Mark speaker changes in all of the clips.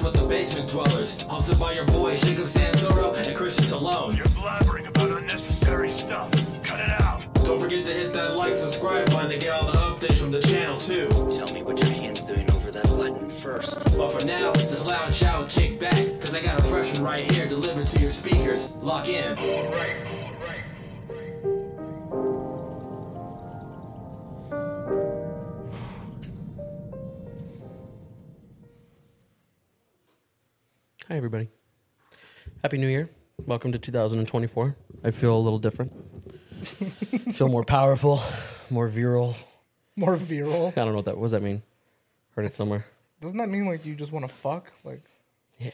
Speaker 1: basement dwellers. Hosted by your boys, Jacob Santoro and Christian Talone.
Speaker 2: You're blabbering about unnecessary stuff. Cut it out.
Speaker 1: Don't forget to hit that like, subscribe button to get all the updates from the channel too.
Speaker 3: Tell me what your hand's doing over that button first.
Speaker 1: But for now, this loud shout kick back, cause I got a fresh one right here delivered to your speakers. Lock in.
Speaker 4: Hi, everybody. Happy New Year. Welcome to 2024. I feel a little different. feel more powerful, more virile.
Speaker 5: more virile.
Speaker 4: I don't know what that what does that mean. Heard it somewhere.
Speaker 5: Doesn't that mean like you just want to fuck? Like,
Speaker 4: Yeah.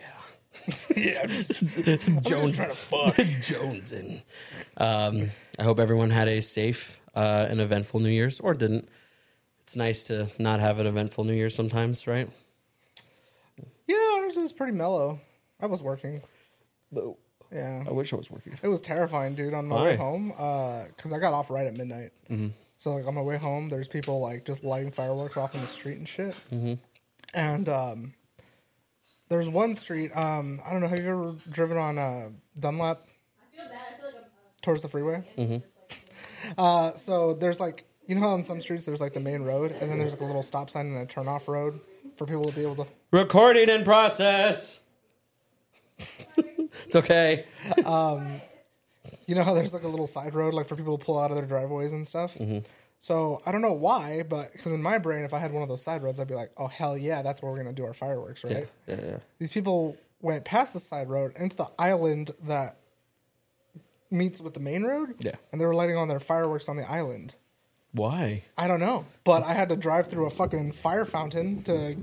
Speaker 5: yeah, I'm just,
Speaker 4: Jones.
Speaker 5: trying to fuck.
Speaker 4: Jones in. Um, I hope everyone had a safe uh, and eventful New Year's or didn't. It's nice to not have an eventful New Year sometimes, right?
Speaker 5: yeah, ours was pretty mellow. I was working.
Speaker 4: But
Speaker 5: Yeah,
Speaker 4: I wish I was working.
Speaker 5: it was terrifying, dude. On my
Speaker 4: Why?
Speaker 5: way home, because I got off right at midnight. So like on my way home, there's people like just lighting fireworks off in the street and shit. And um, there's one street. Um, I don't know. Have you ever driven on uh, Dunlap towards the freeway? Uh, so there's like you know how on some streets there's like the main road, and then there's like a little stop sign and a turnoff road for people to be able to.
Speaker 4: Recording in process. it's okay.
Speaker 5: you know how there's like a little side road like for people to pull out of their driveways and stuff
Speaker 4: Mm-hmm.
Speaker 5: so i don't know why but because in my brain if i had one of those side roads i'd be like oh hell yeah that's where we're gonna do our fireworks right
Speaker 4: Yeah, yeah.
Speaker 5: these people went past the side road into the island that meets with the main road
Speaker 4: Yeah.
Speaker 5: and they were lighting on their fireworks on the island
Speaker 4: Why?
Speaker 5: i don't know but i had to drive through a fucking fire fountain to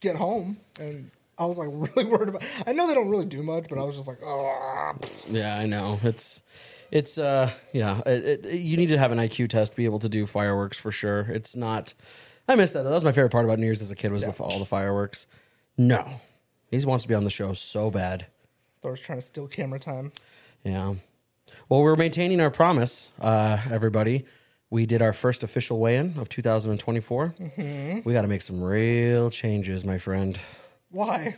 Speaker 5: get home and i was like really worried about i know they don't really do much but i was just like oh
Speaker 4: Yeah, I know. It's it's uh yeah, it, it, you need to have an IQ test to be able to do fireworks for sure. It's not I miss that. though. That was my favorite part about New Year's as a kid was the, all the fireworks. No. He wants to be on the show so bad.
Speaker 5: thor's trying to steal camera time
Speaker 4: Yeah. Well, we're maintaining our promise, uh, everybody. We did our first official weigh-in of 2024. We got to make some real changes, my friend.
Speaker 5: why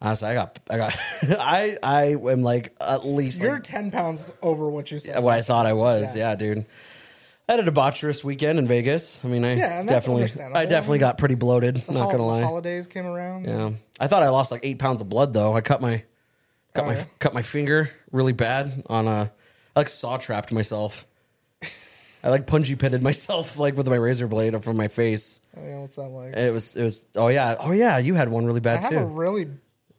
Speaker 4: Honestly, I got, I got, I, I am like at least like
Speaker 5: You're ten pounds over what you said.
Speaker 4: what I thought I was.
Speaker 5: Yeah.
Speaker 4: Yeah, dude. I had a debaucherous weekend in Vegas. I mean, I
Speaker 5: Yeah, and that's
Speaker 4: definitely,
Speaker 5: understandable.
Speaker 4: I definitely got pretty bloated. Not
Speaker 5: Hol-
Speaker 4: gonna lie.
Speaker 5: Holidays came around.
Speaker 4: Yeah, I thought I lost like eight pounds of blood though. I cut my, cut
Speaker 5: Oh,
Speaker 4: my,
Speaker 5: yeah?
Speaker 4: cut my finger really bad on a. I like saw trapped myself. I like punji pitted myself like with my razor blade from my face.
Speaker 5: I mean, what's that like?
Speaker 4: And it was, it was. Oh yeah, oh yeah. You had one really
Speaker 5: I
Speaker 4: bad
Speaker 5: have
Speaker 4: too.
Speaker 5: a really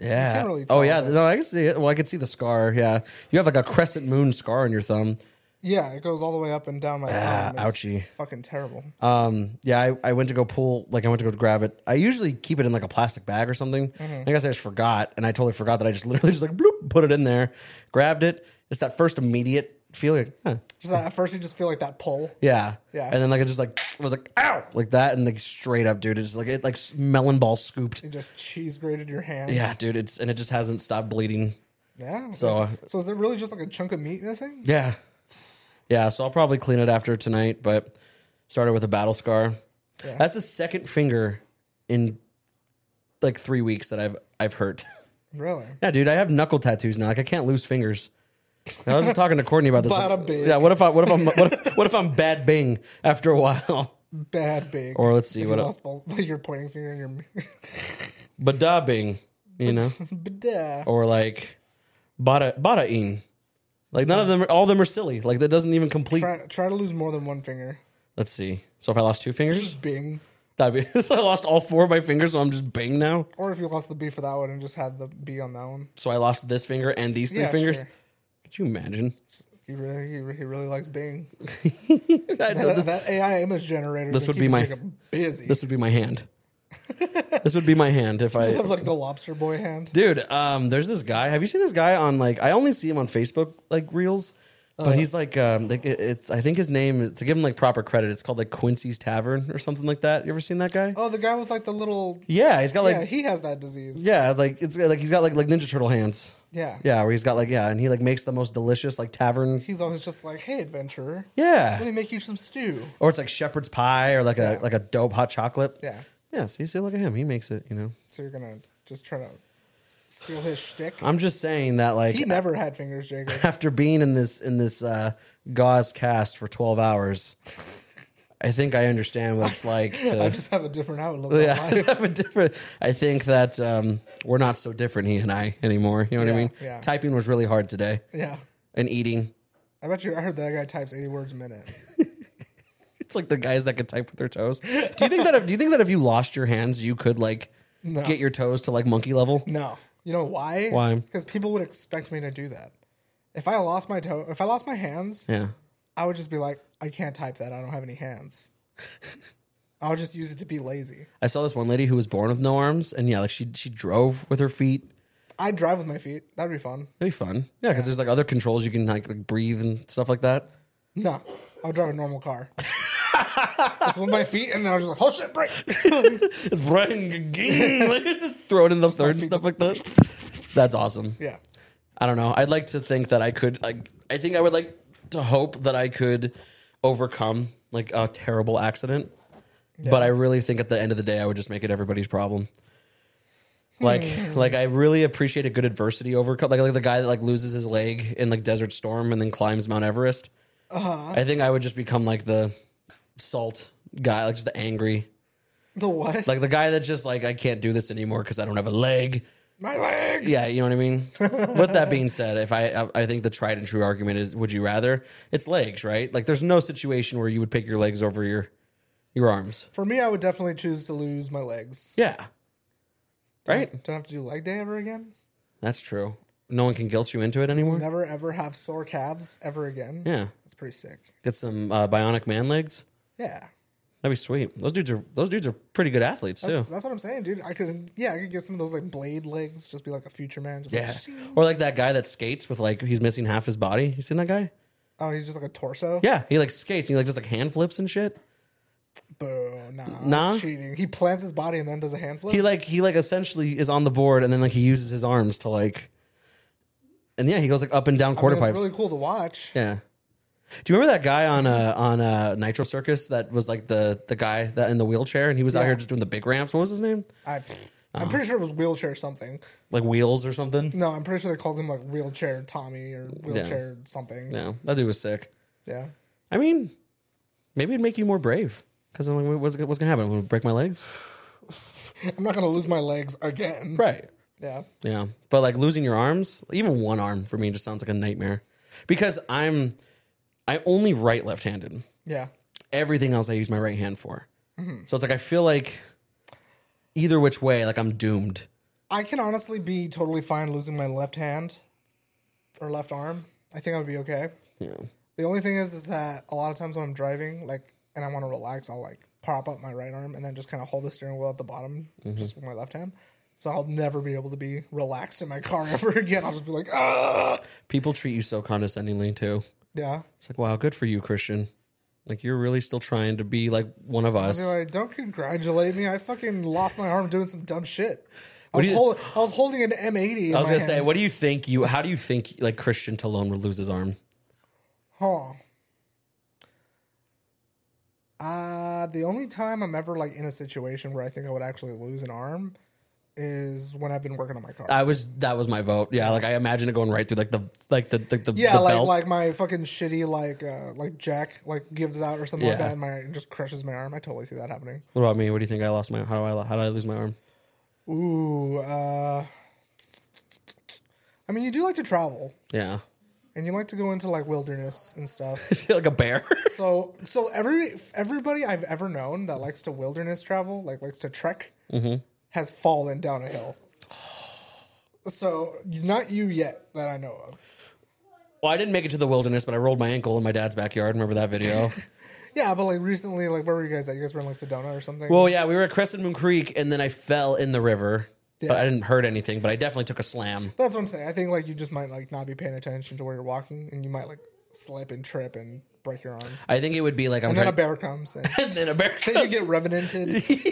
Speaker 4: yeah.
Speaker 5: can't really
Speaker 4: oh
Speaker 5: tell,
Speaker 4: yeah.
Speaker 5: but-
Speaker 4: No, I can see it. Well, I can see the scar. Yeah, you have like a crescent moon scar on your thumb.
Speaker 5: yeah. It goes all the way up and down my
Speaker 4: Ah,
Speaker 5: thumb. It's
Speaker 4: ouchie.
Speaker 5: Fucking terrible.
Speaker 4: Um, yeah, I, I went to go pull, like, I went to go grab it. I usually keep it in like a plastic bag or something.
Speaker 5: Mm-hmm.
Speaker 4: I guess I just forgot, and I totally forgot that I just literally just like bloop, put it in there, grabbed it. It's that first immediate feeling, like, huh.
Speaker 5: Just that, at first, you just feel like that pull.
Speaker 4: yeah,
Speaker 5: Yeah.
Speaker 4: and then like I just like was like ow, like that, and like straight up, dude, it's like it like s- melon ball scooped.
Speaker 5: It just cheese grated your hand.
Speaker 4: Yeah, dude, it's and it just hasn't stopped bleeding.
Speaker 5: Yeah.
Speaker 4: So, uh,
Speaker 5: is, so is there really just like a chunk of meat missing?
Speaker 4: Yeah, yeah. So I'll probably clean it after tonight, but started with a battle scar.
Speaker 5: Yeah.
Speaker 4: That's the second finger in like three weeks that I've I've hurt.
Speaker 5: Really?
Speaker 4: Yeah, dude, I have knuckle tattoos now. Like I can't lose fingers. I was just talking to Courtney about this.
Speaker 5: Bada bing.
Speaker 4: Yeah, what if I what if I'm what if, what if I'm bad Bing after a while?
Speaker 5: Bad big.
Speaker 4: Or let's see
Speaker 5: If
Speaker 4: what
Speaker 5: you
Speaker 4: else.
Speaker 5: lost both, like, your pointing finger and your.
Speaker 4: Bada Bing, you know,
Speaker 5: but yeah.
Speaker 4: or like bada bada in. Like none of them, are, all of them are silly. Like that doesn't even complete.
Speaker 5: Try try to lose more than one finger.
Speaker 4: Let's see. So if I lost two fingers,
Speaker 5: Bing.
Speaker 4: that'd be. So I lost all four of my fingers, so I'm just Bing now.
Speaker 5: Or if you lost the B for that one and just had the B on that one.
Speaker 4: So I lost this finger and these three
Speaker 5: Yeah,
Speaker 4: fingers.
Speaker 5: sure.
Speaker 4: Could you imagine?
Speaker 5: He really, he, re- he really likes Bing.
Speaker 4: I know
Speaker 5: That,
Speaker 4: this,
Speaker 5: that AI image generator.
Speaker 4: This
Speaker 5: is
Speaker 4: would be
Speaker 5: keeping
Speaker 4: my-
Speaker 5: Jacob busy.
Speaker 4: this would be my hand. this would be my hand if I
Speaker 5: Just have like the lobster boy hand.
Speaker 4: Dude, um, there's this guy. Have you seen this guy on like? I only see him on Facebook like reels,
Speaker 5: Oh.
Speaker 4: but he's like, um, like it, it's. I think his name is- to give him like proper credit. It's called like Quincy's Tavern or something like that. You ever seen that guy?
Speaker 5: Oh, the guy with like the little.
Speaker 4: Yeah, he's got like
Speaker 5: yeah,
Speaker 4: yeah,
Speaker 5: he has that disease.
Speaker 4: like it's like he's got like like Ninja Turtle hands.
Speaker 5: Yeah.
Speaker 4: Yeah, where he's got like yeah, and he like makes the most delicious like tavern.
Speaker 5: He's always just like, hey, adventurer. Let me
Speaker 4: Yeah,
Speaker 5: make you some stew.
Speaker 4: or it's like shepherd's pie or like a like a dope hot chocolate.
Speaker 5: Yeah.
Speaker 4: yeah. See, see, look at him. He makes it. You know.
Speaker 5: So you're going to just try to steal his shtick.
Speaker 4: I'm just saying that like
Speaker 5: He never had fingers, Jacob.
Speaker 4: after being in this in this uh, gauze cast for 12 hours, I think I understand what it's like to.
Speaker 5: I just have a different outlook. on
Speaker 4: yeah, I
Speaker 5: life.
Speaker 4: have a different. I think that um, we're not so different, he and I anymore. You know what I
Speaker 5: Yeah,
Speaker 4: mean?
Speaker 5: yeah.
Speaker 4: Typing was really hard today,
Speaker 5: yeah.
Speaker 4: and eating.
Speaker 5: I bet you. I heard that guy types eighty words a minute.
Speaker 4: It's like the guys that could type with their toes. Do you think that? If, do you think that if you lost your hands, you could like
Speaker 5: No.
Speaker 4: get your toes to like monkey level?
Speaker 5: No, you know why?
Speaker 4: Why?
Speaker 5: Because people would expect me to do that. If I lost my toe, if I lost my hands,
Speaker 4: Yeah.
Speaker 5: I would just be like, I can't type that. I don't have any hands. I'll just use it to be lazy.
Speaker 4: I saw this one lady who was born with no arms, and yeah, like she she drove with her feet.
Speaker 5: I drive with my feet. That'd be fun.
Speaker 4: That'd be fun. Yeah, because there's like other controls you can like, like breathe and stuff like that.
Speaker 5: No, I'll drive a normal car. just with my feet, and then I'll just like, oh shit, break.
Speaker 4: It's running again. like, just throw it in the third and stuff like that. That's awesome.
Speaker 5: Yeah.
Speaker 4: I don't know. I'd like to think that I could like I think I would like to hope that I could overcome like a terrible accident. But I really think at the end of the day I would just make it everybody's problem. Like like I really appreciate a good adversity overcome like like the guy that like loses his leg in like Desert Storm and then climbs Mount Everest. I think I would just become like the salt guy, like just the angry.
Speaker 5: The what?
Speaker 4: Like the guy that's just like I can't do this anymore cuz I don't have a leg.
Speaker 5: my legs.
Speaker 4: Yeah, you know what I mean. With that being said, if I, I I think the tried and true argument is, would you rather? It's legs, right? Like, there's no situation where you would pick your legs over your your arms.
Speaker 5: For me, I would definitely choose to lose my legs.
Speaker 4: Yeah, right.
Speaker 5: Don't have to do leg day ever again.
Speaker 4: That's true. No one can guilt you into it anymore.
Speaker 5: Never ever have sore calves ever again.
Speaker 4: Yeah,
Speaker 5: That's pretty sick.
Speaker 4: get some uh, bionic man legs.
Speaker 5: Yeah.
Speaker 4: That'd be sweet. Those dudes are those dudes are pretty good athletes too.
Speaker 5: That's what I'm saying, dude. I could, yeah, I could get some of those like blade legs, just be like a future man. Just
Speaker 4: Yeah,
Speaker 5: Like,
Speaker 4: or like that guy that skates with like he's missing half his body. You seen that guy?
Speaker 5: oh, he's just like a torso.
Speaker 4: Yeah, he like skates. And he like does like hand flips and shit.
Speaker 5: Boo, nah,
Speaker 4: Nah.
Speaker 5: that's cheating. He plants his body and then does a hand flip.
Speaker 4: he like he like essentially is on the board and then like he uses his arms to like and yeah he goes like up and down quarter
Speaker 5: I mean, it's
Speaker 4: pipes
Speaker 5: really cool to watch.
Speaker 4: yeah do you remember that guy on uh on uh nitro circus that was like the the guy that in the wheelchair and he was out
Speaker 5: Yeah.
Speaker 4: here just doing the big ramps what was his name
Speaker 5: I, I'm pretty sure it was wheelchair something.
Speaker 4: like wheels or something
Speaker 5: No, I'm pretty sure they called him like wheelchair Tommy or wheelchair something. Yeah.
Speaker 4: yeah that dude was sick i mean maybe it'd make you more brave because i'm like what's, what's gonna happen i'm gonna break my legs
Speaker 5: I'm not gonna lose my legs again.
Speaker 4: right
Speaker 5: Yeah,
Speaker 4: Yeah. But like losing your arms, even one arm for me just sounds like a nightmare. Because I'm I only right left handed.
Speaker 5: yeah.
Speaker 4: Everything else I use my right hand for.
Speaker 5: Mm-hmm.
Speaker 4: So it's like I feel like either which way, like I'm doomed.
Speaker 5: I can honestly be totally fine losing my left hand or left arm. I think I would be okay.
Speaker 4: Yeah.
Speaker 5: The only thing is, is that a lot of times when I'm driving, like, and I want to relax, I'll like prop up my right arm and then just kind of hold the steering wheel at the bottom,
Speaker 4: Mm-hmm.
Speaker 5: just with my left hand. So I'll never be able to be relaxed in my car ever again. I'll just be like, ah,
Speaker 4: People treat you so condescendingly too.
Speaker 5: yeah.
Speaker 4: It's like, wow, good for you, Christian. Like you're really still trying to be like one of us.
Speaker 5: Anyway, don't congratulate me. I fucking lost my arm doing some dumb shit. I
Speaker 4: What
Speaker 5: was,
Speaker 4: do you-
Speaker 5: hold, I was holding an M80. In
Speaker 4: I was
Speaker 5: my
Speaker 4: gonna say,
Speaker 5: hand.
Speaker 4: what do you think you how do you think like Christian Talone would lose his arm?
Speaker 5: Huh. Uh, the only time I'm ever like in a situation where I think I would actually lose an arm is when I've been working on my car.
Speaker 4: I was that was my vote. Yeah, like I imagine it going right through like the like the the, the,
Speaker 5: yeah,
Speaker 4: the
Speaker 5: like
Speaker 4: belt.
Speaker 5: like my fucking shitty like uh like jack like gives out or something like
Speaker 4: Yeah.
Speaker 5: that, and my it just crushes my arm. I totally see that happening.
Speaker 4: What about me? What do you think I lost my? How do I? How did I lose my arm?
Speaker 5: Ooh, uh, I mean, you do like to travel,
Speaker 4: Yeah,
Speaker 5: and you like to go into like wilderness and stuff.
Speaker 4: like a bear.
Speaker 5: So, so every everybody I've ever known that likes to wilderness travel, like likes to trek,
Speaker 4: Mm-hmm.
Speaker 5: has fallen down a hill. So, not you yet that I know of.
Speaker 4: well, I didn't make it to the wilderness, but I rolled my ankle in my dad's backyard. Remember that video?
Speaker 5: Yeah, but like recently, like where were you guys at? You guys were in like Sedona or something?
Speaker 4: well, yeah, we were at Crescent Moon Creek, and then I fell in the river. But
Speaker 5: Yeah.
Speaker 4: I didn't hurt anything, but I definitely took a slam.
Speaker 5: That's what I'm saying. I think like you just might like not be paying attention to where you're walking, and you might like slip and trip and break your arm,
Speaker 4: I think it would be like I'm
Speaker 5: and then a
Speaker 4: trying-
Speaker 5: bear comes and
Speaker 4: and then a bear.
Speaker 5: then you get revenanted.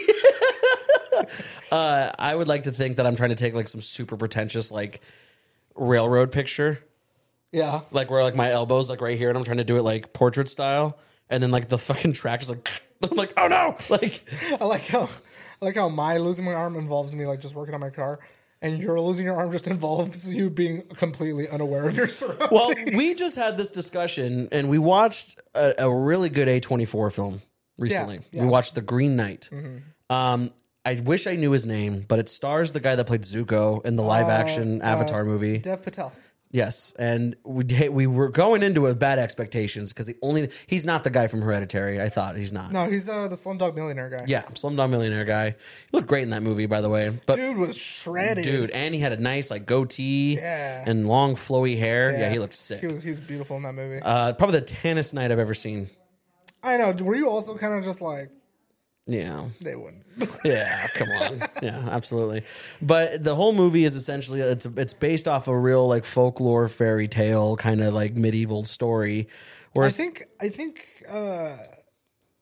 Speaker 4: I would like to think that I'm trying to take like some super pretentious like railroad picture,
Speaker 5: Yeah,
Speaker 4: like where like my elbows like right here, and I'm trying to do it like portrait style, and then like the fucking track is like I'm like oh no, like
Speaker 5: I like how I like how my losing my arm involves me like just working on my car. and your losing your arm just involves you being completely unaware of your surroundings.
Speaker 4: Well, we just had this discussion and we watched a, a really good A24 film recently.
Speaker 5: yeah. Mm-hmm.
Speaker 4: We watched The Green Knight. Um, I wish I knew his name, but it stars the guy that played Zuko in the
Speaker 5: Oh,
Speaker 4: live action Avatar movie.
Speaker 5: Dev Patel.
Speaker 4: Yes, and we hey, we were going into it with bad expectations because the only he's not the guy from Hereditary. I thought he's not.
Speaker 5: No, he's uh, the Slumdog Millionaire guy.
Speaker 4: Yeah, Slumdog Millionaire guy. He looked great in that movie, by the way. But dude,
Speaker 5: Dude was shredded.
Speaker 4: and he had a nice like goatee
Speaker 5: Yeah.
Speaker 4: and long flowy hair. Yeah, he looked sick.
Speaker 5: He was he was beautiful in that movie.
Speaker 4: uh, probably the tannest night I've ever seen.
Speaker 5: I know. Were you also kind of just like
Speaker 4: Yeah.
Speaker 5: they wouldn't?
Speaker 4: Yeah, come on. Yeah, absolutely. But the whole movie is essentially it's it's based off a real like folklore fairy tale kind of like medieval story. Where
Speaker 5: I
Speaker 4: it's-
Speaker 5: think I think uh,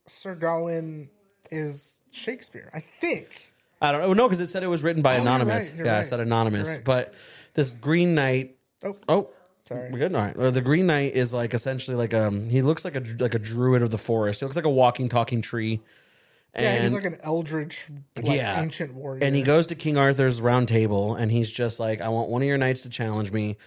Speaker 5: Sir Gawain is Shakespeare. I think.
Speaker 4: I don't know. No, because it said it was written by anonymous.
Speaker 5: right, Oh, you're
Speaker 4: yeah, I
Speaker 5: right,
Speaker 4: said anonymous.
Speaker 5: you're right.
Speaker 4: But this Green Knight.
Speaker 5: Oh.
Speaker 4: Oh,
Speaker 5: Sorry.
Speaker 4: We're good. All right. Uh, The Green Knight is like essentially like um he looks like a like a druid of the forest. He looks like a walking talking tree. And,
Speaker 5: Yeah, he's like an eldritch, like,
Speaker 4: Yeah.
Speaker 5: ancient warrior.
Speaker 4: and he goes to King Arthur's round table and he's just like, I want one of your knights to challenge me.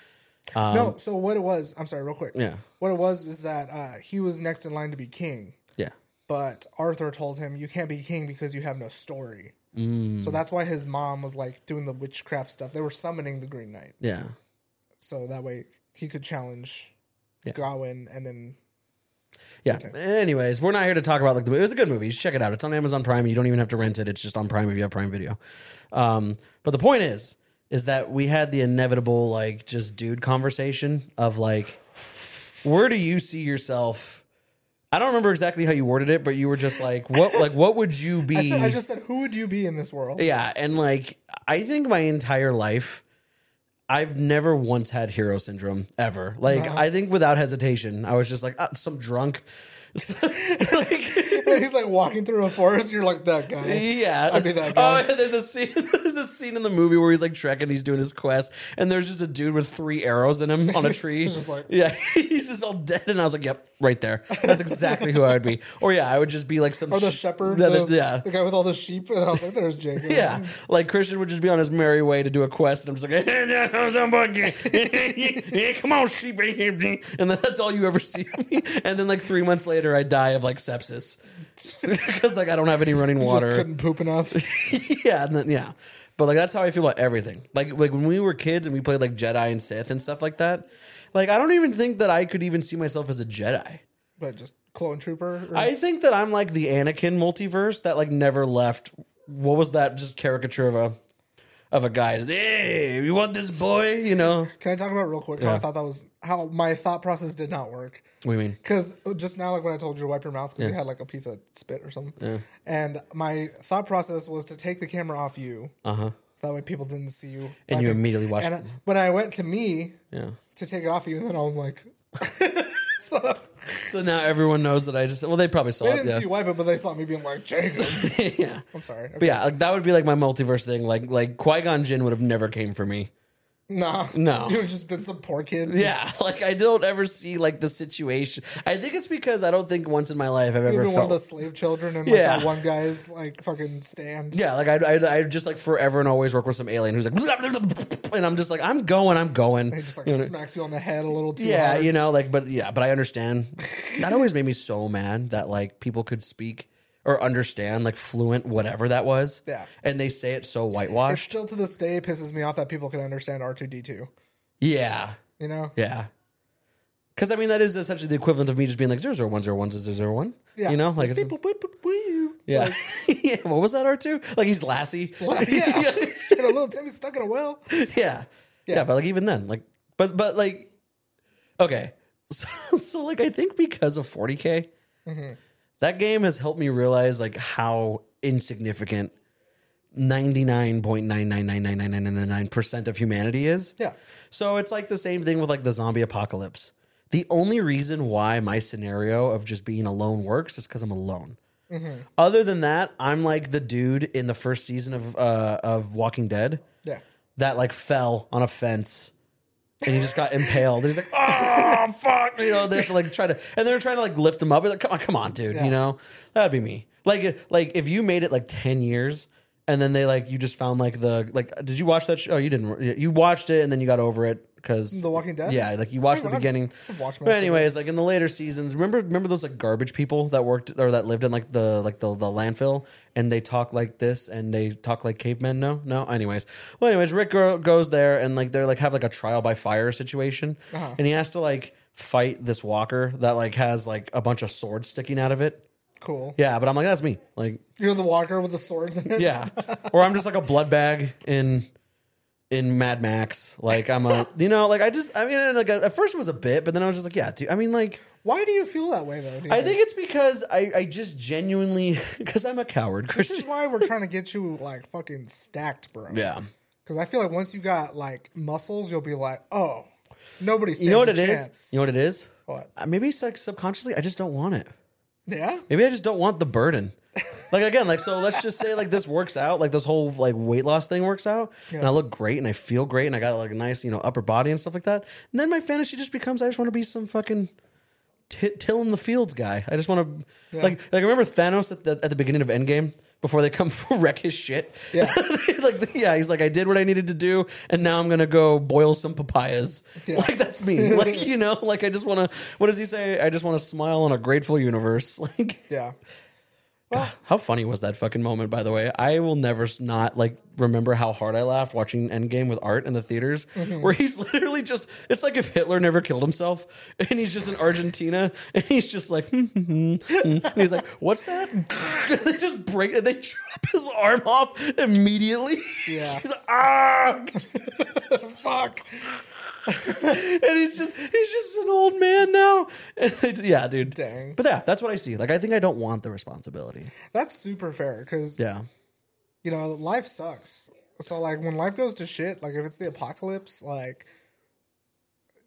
Speaker 5: no. So what it was? I'm sorry, real quick.
Speaker 4: um, Yeah.
Speaker 5: What it was was that uh, he was next in line to be king,
Speaker 4: Yeah.
Speaker 5: but Arthur told him you can't be king because you have no story.
Speaker 4: Mm.
Speaker 5: So that's why his mom was like doing the witchcraft stuff. They were summoning the Green Knight,
Speaker 4: Yeah.
Speaker 5: so that way he could challenge
Speaker 4: Yeah.
Speaker 5: Gawain, and then
Speaker 4: Yeah. Anyways, we're not here to talk about like the movie. It was a good movie. You should check it out. It's on Amazon Prime. You don't even have to rent it. It's just on Prime if you have Prime Video. Um, but the point is, is that we had the inevitable like just dude conversation of like, where do you see yourself? I don't remember exactly how you worded it, but you were just like, what like what would you be?
Speaker 5: I, said, I just said, "Who would you be in this world?"
Speaker 4: Yeah, and like I think my entire life, I've never once had hero syndrome ever. Like I think without hesitation, I was just like ah, some drunk. like,
Speaker 5: he's like walking through a forest. You're like that guy.
Speaker 4: yeah,
Speaker 5: I'd be that guy.
Speaker 4: Oh, and there's a scene. There's a scene in the movie where he's like trekking. He's doing his quest, and there's just a dude with three arrows in him on a tree.
Speaker 5: He's just like-
Speaker 4: yeah, he's just all dead. And I was like, "Yep, right there. That's exactly who I would be." Or yeah, I would just be like some
Speaker 5: Or the
Speaker 4: sh-
Speaker 5: shepherd,
Speaker 4: that
Speaker 5: the,
Speaker 4: is- yeah,
Speaker 5: the guy with all the sheep. And I was like, "There's Jacob."
Speaker 4: Yeah, like Christian would just be on his merry way to do a quest, and I'm just like, "Eh, yeah, how's that monkey? Eh, come on, sheep, eh, eh, eh." and then that's all you ever see of me. And then like three months later, I die of like sepsis because like I don't have any running
Speaker 5: just
Speaker 4: water.
Speaker 5: couldn't poop enough.
Speaker 4: yeah, and then yeah, but like that's how I feel about everything. Like like when we were kids and we played like Jedi and Sith and stuff like that. Like I don't even think that I could even see myself as a Jedi.
Speaker 5: but just clone trooper. or-
Speaker 4: I think that I'm like the Anakin multiverse that like never left. What was that? Just caricature of a of a guy. Just, hey, you want this boy? You know
Speaker 5: Can I talk about real quick how I thought that was how my thought process did not work?
Speaker 4: what do you mean?
Speaker 5: Because just now, like when I told you to wipe your mouth because you had like a piece of spit or something, and my thought process was to take the camera off you,
Speaker 4: Uh huh.
Speaker 5: so that way people didn't see you.
Speaker 4: And you immediately watched.
Speaker 5: And I, when I went to me
Speaker 4: yeah.
Speaker 5: to take it off you, and then I'm like, so
Speaker 4: So now everyone knows that I just. Well, they probably saw
Speaker 5: they
Speaker 4: it.
Speaker 5: didn't see you
Speaker 4: Yeah.
Speaker 5: wipe it, but they saw me being like Jacob.
Speaker 4: yeah.
Speaker 5: I'm sorry.
Speaker 4: But yeah, like, that would be like my multiverse thing. Like like Qui Gon Jinn would have never came for me.
Speaker 5: Nah,
Speaker 4: No.
Speaker 5: You've just been some poor kid.
Speaker 4: Yeah, like I don't ever see like the situation. I think it's because I don't think once in my life I've
Speaker 5: You've
Speaker 4: ever
Speaker 5: been one
Speaker 4: felt
Speaker 5: of the slave children, and like
Speaker 4: Yeah.
Speaker 5: that one guy's like fucking stand.
Speaker 4: Yeah, like I, I, I just like forever and always work with some alien who's like, and I'm just like, I'm going, I'm going.
Speaker 5: He just like
Speaker 4: You know,
Speaker 5: smacks you on the head a little too
Speaker 4: yeah,
Speaker 5: hard.
Speaker 4: you know, like, but yeah, but I understand. that always made me so mad that like people could speak or understand like fluent whatever that was.
Speaker 5: Yeah.
Speaker 4: and they say it so
Speaker 5: It
Speaker 4: whitewashed.
Speaker 5: still to this day pisses me off that people can understand R two D two.
Speaker 4: yeah,
Speaker 5: You know,
Speaker 4: yeah. Because I mean, that is essentially the equivalent of me just being like zero zero one zero one zero zero one. you know, like it's.
Speaker 5: Beep, boop, boop, boop, boop.
Speaker 4: yeah. yeah, what was that R two? Like he's Lassie.
Speaker 5: Like, yeah, and a little Timmy stuck in a well.
Speaker 4: yeah. yeah. but like even then, like but but like okay. So, so like I think because of 40K,
Speaker 5: Mm-hmm.
Speaker 4: that game has helped me realize like how insignificant 99.9999999% of humanity is.
Speaker 5: Yeah.
Speaker 4: So it's like the same thing with like the zombie apocalypse. The only reason why my scenario of just being alone works is because I'm alone. Other than that, I'm like the dude in the first season of uh, of Walking Dead
Speaker 5: Yeah,
Speaker 4: that like fell on a fence and he just got impaled. He's like, oh fuck, you know. They have to like try to, and they're trying to like lift him up. He's like, come on, come on, dude,
Speaker 5: Yeah.
Speaker 4: you know. That'd be me. Like, like if you made it like ten years and then they like you just found like the like did you watch that show? Oh, you didn't. You watched it and then you got over it because
Speaker 5: The Walking Dead?
Speaker 4: Yeah, like you watched
Speaker 5: I've-
Speaker 4: the beginning.
Speaker 5: I've watched
Speaker 4: but
Speaker 5: most of it.
Speaker 4: anyways, like in the later seasons, remember remember those like garbage people that worked or that lived in like the like the, the landfill and they talk like this and they talk like cavemen. No, no. Anyways, well, anyways, Rick go, goes there and like they're like have like a trial by fire situation,
Speaker 5: Uh-huh.
Speaker 4: and he has to like fight this walker that like has like a bunch of swords sticking out of it.
Speaker 5: Cool.
Speaker 4: Yeah, but I'm like that's me. Like
Speaker 5: You're the walker with the swords in it.
Speaker 4: yeah. Or I'm just like a blood bag in in Mad Max. Like I'm a you know, like I just I mean and, like at first it was a bit, but then I was just like, yeah, dude. I mean like
Speaker 5: Why do you feel that way though? do you
Speaker 4: I think it's because I I just genuinely because I'm a coward,
Speaker 5: this is
Speaker 4: Christian.
Speaker 5: why we're trying to get you like fucking stacked, bro.
Speaker 4: Yeah.
Speaker 5: Because I feel like once you got like muscles, you'll be like, oh, nobody stands
Speaker 4: You know what
Speaker 5: a
Speaker 4: it is?
Speaker 5: chance.
Speaker 4: You know what it is?
Speaker 5: What?
Speaker 4: Uh, Maybe it's like subconsciously I just don't want it.
Speaker 5: yeah.
Speaker 4: Maybe I just don't want the burden. Like again, like so let's just say like this works out, like this whole like weight loss thing works out, and I look great and I feel great and I got like a nice, you know, upper body and stuff like that. And then my fantasy just becomes I just want to be some fucking t- tilling the fields guy. I just want to like like remember Thanos at the at the beginning of Endgame before they come wreck his shit.
Speaker 5: Yeah.
Speaker 4: like yeah, he's like I did what I needed to do and now I'm going to go boil some papayas. Like that's me. like you know, like I just want to what does he say? I just want to smile on a grateful universe. Like
Speaker 5: Yeah.
Speaker 4: how funny was that fucking moment, by the way? I will never s- not like remember how hard I laughed watching Endgame with Art in the theaters,
Speaker 5: Mm-hmm.
Speaker 4: where he's literally just, it's like if Hitler never killed himself and he's just in Argentina and he's just like, hmm, hmm, hmm, hmm. and he's like, what's that? they just break it, they chop his arm off immediately.
Speaker 5: Yeah.
Speaker 4: he's like, ah!
Speaker 5: Fuck.
Speaker 4: and he's just, he's just an old man now. And they, yeah, dude.
Speaker 5: Dang.
Speaker 4: But yeah, that's what I see. Like, I think I don't want the responsibility.
Speaker 5: That's super fair because
Speaker 4: Yeah.
Speaker 5: you know life sucks. So like when life goes to shit, like if it's the apocalypse, like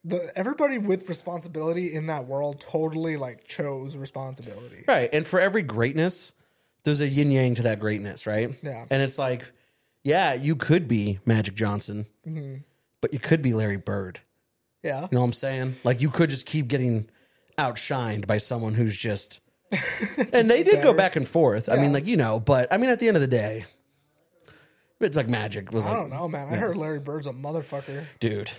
Speaker 5: the everybody with responsibility in that world totally like chose responsibility.
Speaker 4: Right. And for every greatness, there's a yin yang to that greatness, right?
Speaker 5: Yeah.
Speaker 4: And it's like, yeah, you could be Magic Johnson,
Speaker 5: Mm-hmm.
Speaker 4: but you could be Larry Bird.
Speaker 5: Yeah.
Speaker 4: You know what I'm saying? Like you could just keep getting outshined by someone who's just. and they did go
Speaker 5: better.
Speaker 4: back and forth. I mean,
Speaker 5: Yeah.
Speaker 4: like you know, but I mean, at the end of the day, it's like Magic was
Speaker 5: I
Speaker 4: like,
Speaker 5: don't know, man. I heard Larry Bird's a motherfucker.
Speaker 4: dude.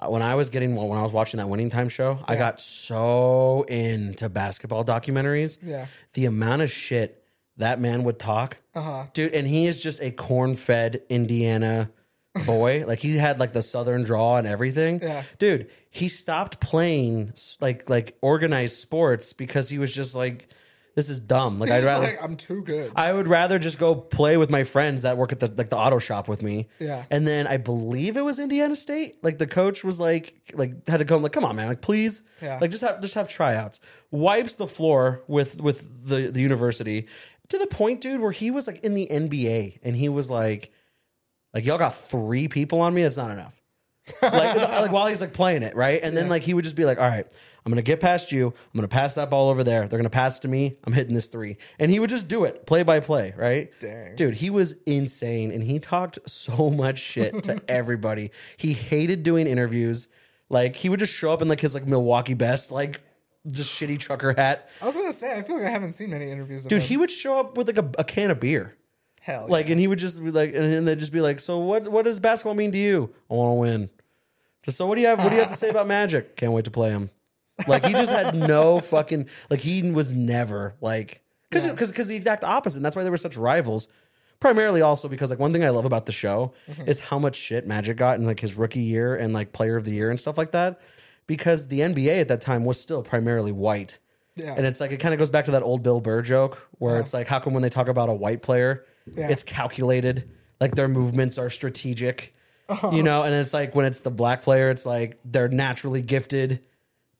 Speaker 4: uh, When I was getting when I was watching that Winning Time show, I got so into basketball documentaries.
Speaker 5: Yeah.
Speaker 4: the amount of shit that man would talk, uh-huh. dude. And he is just a corn-fed Indiana boy. like he had like the southern draw and everything.
Speaker 5: Yeah.
Speaker 4: dude. He stopped playing s- like like organized sports because he was just like, this is dumb. Like I'd
Speaker 5: He's
Speaker 4: rather.
Speaker 5: like, I'm too good.
Speaker 4: I would rather just go play with my friends that work at the like the auto shop with me.
Speaker 5: Yeah.
Speaker 4: And then I believe it was Indiana State. Like the coach was like like had to come like come on man like please
Speaker 5: Yeah.
Speaker 4: like just have just have tryouts. Wipes the floor with with the the university to the point, dude, where he was like in the NBA and he was like like y'all got three people on me. That's not enough like, like while he's like playing it, right? And then like he would just be like, "All right, I'm gonna get past you. I'm gonna pass that ball over there. They're gonna pass to me. I'm hitting this three. And he would just do it play by play, right?
Speaker 5: Dang.
Speaker 4: dude, he was insane, and he talked so much shit to everybody. He hated doing interviews. Like he would just show up in like his like Milwaukee best, like just shitty trucker hat.
Speaker 5: I was gonna say, I feel like I haven't seen many interviews. Of
Speaker 4: Dude,
Speaker 5: him.
Speaker 4: he would show up with like a, a can of beer.
Speaker 5: hell
Speaker 4: Like, and he would just be like, and, and they'd just be like, so what? What does basketball mean to you? I want to win. Just so what do you have? What do you have to say about Magic? Can't wait to play him. Like he just had no fucking like he was never like because because because the exact opposite. And that's why they were such rivals. Primarily also because like one thing I love about the show is how much shit Magic got in like his rookie year and like player of the year and stuff like that. Because the NBA at that time was still primarily white.
Speaker 5: Yeah.
Speaker 4: And it's like it kind of goes back to that old Bill Burr joke where it's like, how come when they talk about a white player,
Speaker 5: Yeah.
Speaker 4: it's calculated, like their movements are strategic,
Speaker 5: Uh-huh.
Speaker 4: you know? And it's like when it's the black player, it's like they're naturally gifted,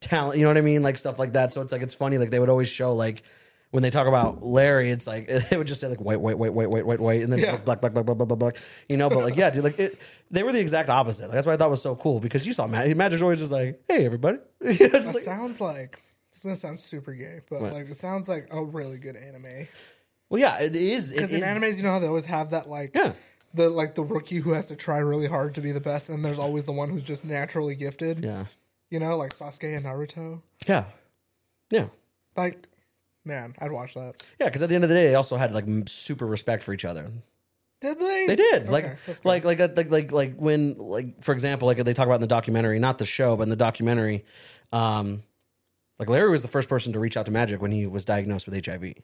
Speaker 4: talent, you know what I mean? Like stuff like that. So it's like it's funny. Like they would always show like when they talk about Larry, it's like they would just say like white, white, white, white, white, white, white, and then
Speaker 5: Yeah.
Speaker 4: just like black, black, black, black, black, black, black. You know, but like yeah, dude, like it, they were the exact opposite. Like that's why I thought was so cool because you saw Magic. Magic's always just like, hey, everybody. You know,
Speaker 5: It
Speaker 4: it's like,
Speaker 5: sounds like it's gonna sound super gay, but like it sounds like a really good anime.
Speaker 4: well, yeah, it is. It
Speaker 5: Because in
Speaker 4: is-
Speaker 5: animes, you know how they always have that like
Speaker 4: Yeah.
Speaker 5: the like the rookie who has to try really hard to be the best, and there's always the one who's just naturally gifted.
Speaker 4: Yeah.
Speaker 5: You know, like Sasuke and Naruto.
Speaker 4: Yeah. Yeah.
Speaker 5: Like, man, I'd watch that.
Speaker 4: Yeah, because at the end of the day, they also had like m- super respect for each other.
Speaker 5: Did they?
Speaker 4: They did.
Speaker 5: Okay,
Speaker 4: like,
Speaker 5: that's good.
Speaker 4: like, like, like, like, like, when, like, for example, like they talk about in the documentary, not the show, but in the documentary, um, like Larry was the first person to reach out to Magic when he was diagnosed with HIV.
Speaker 5: Mm-hmm.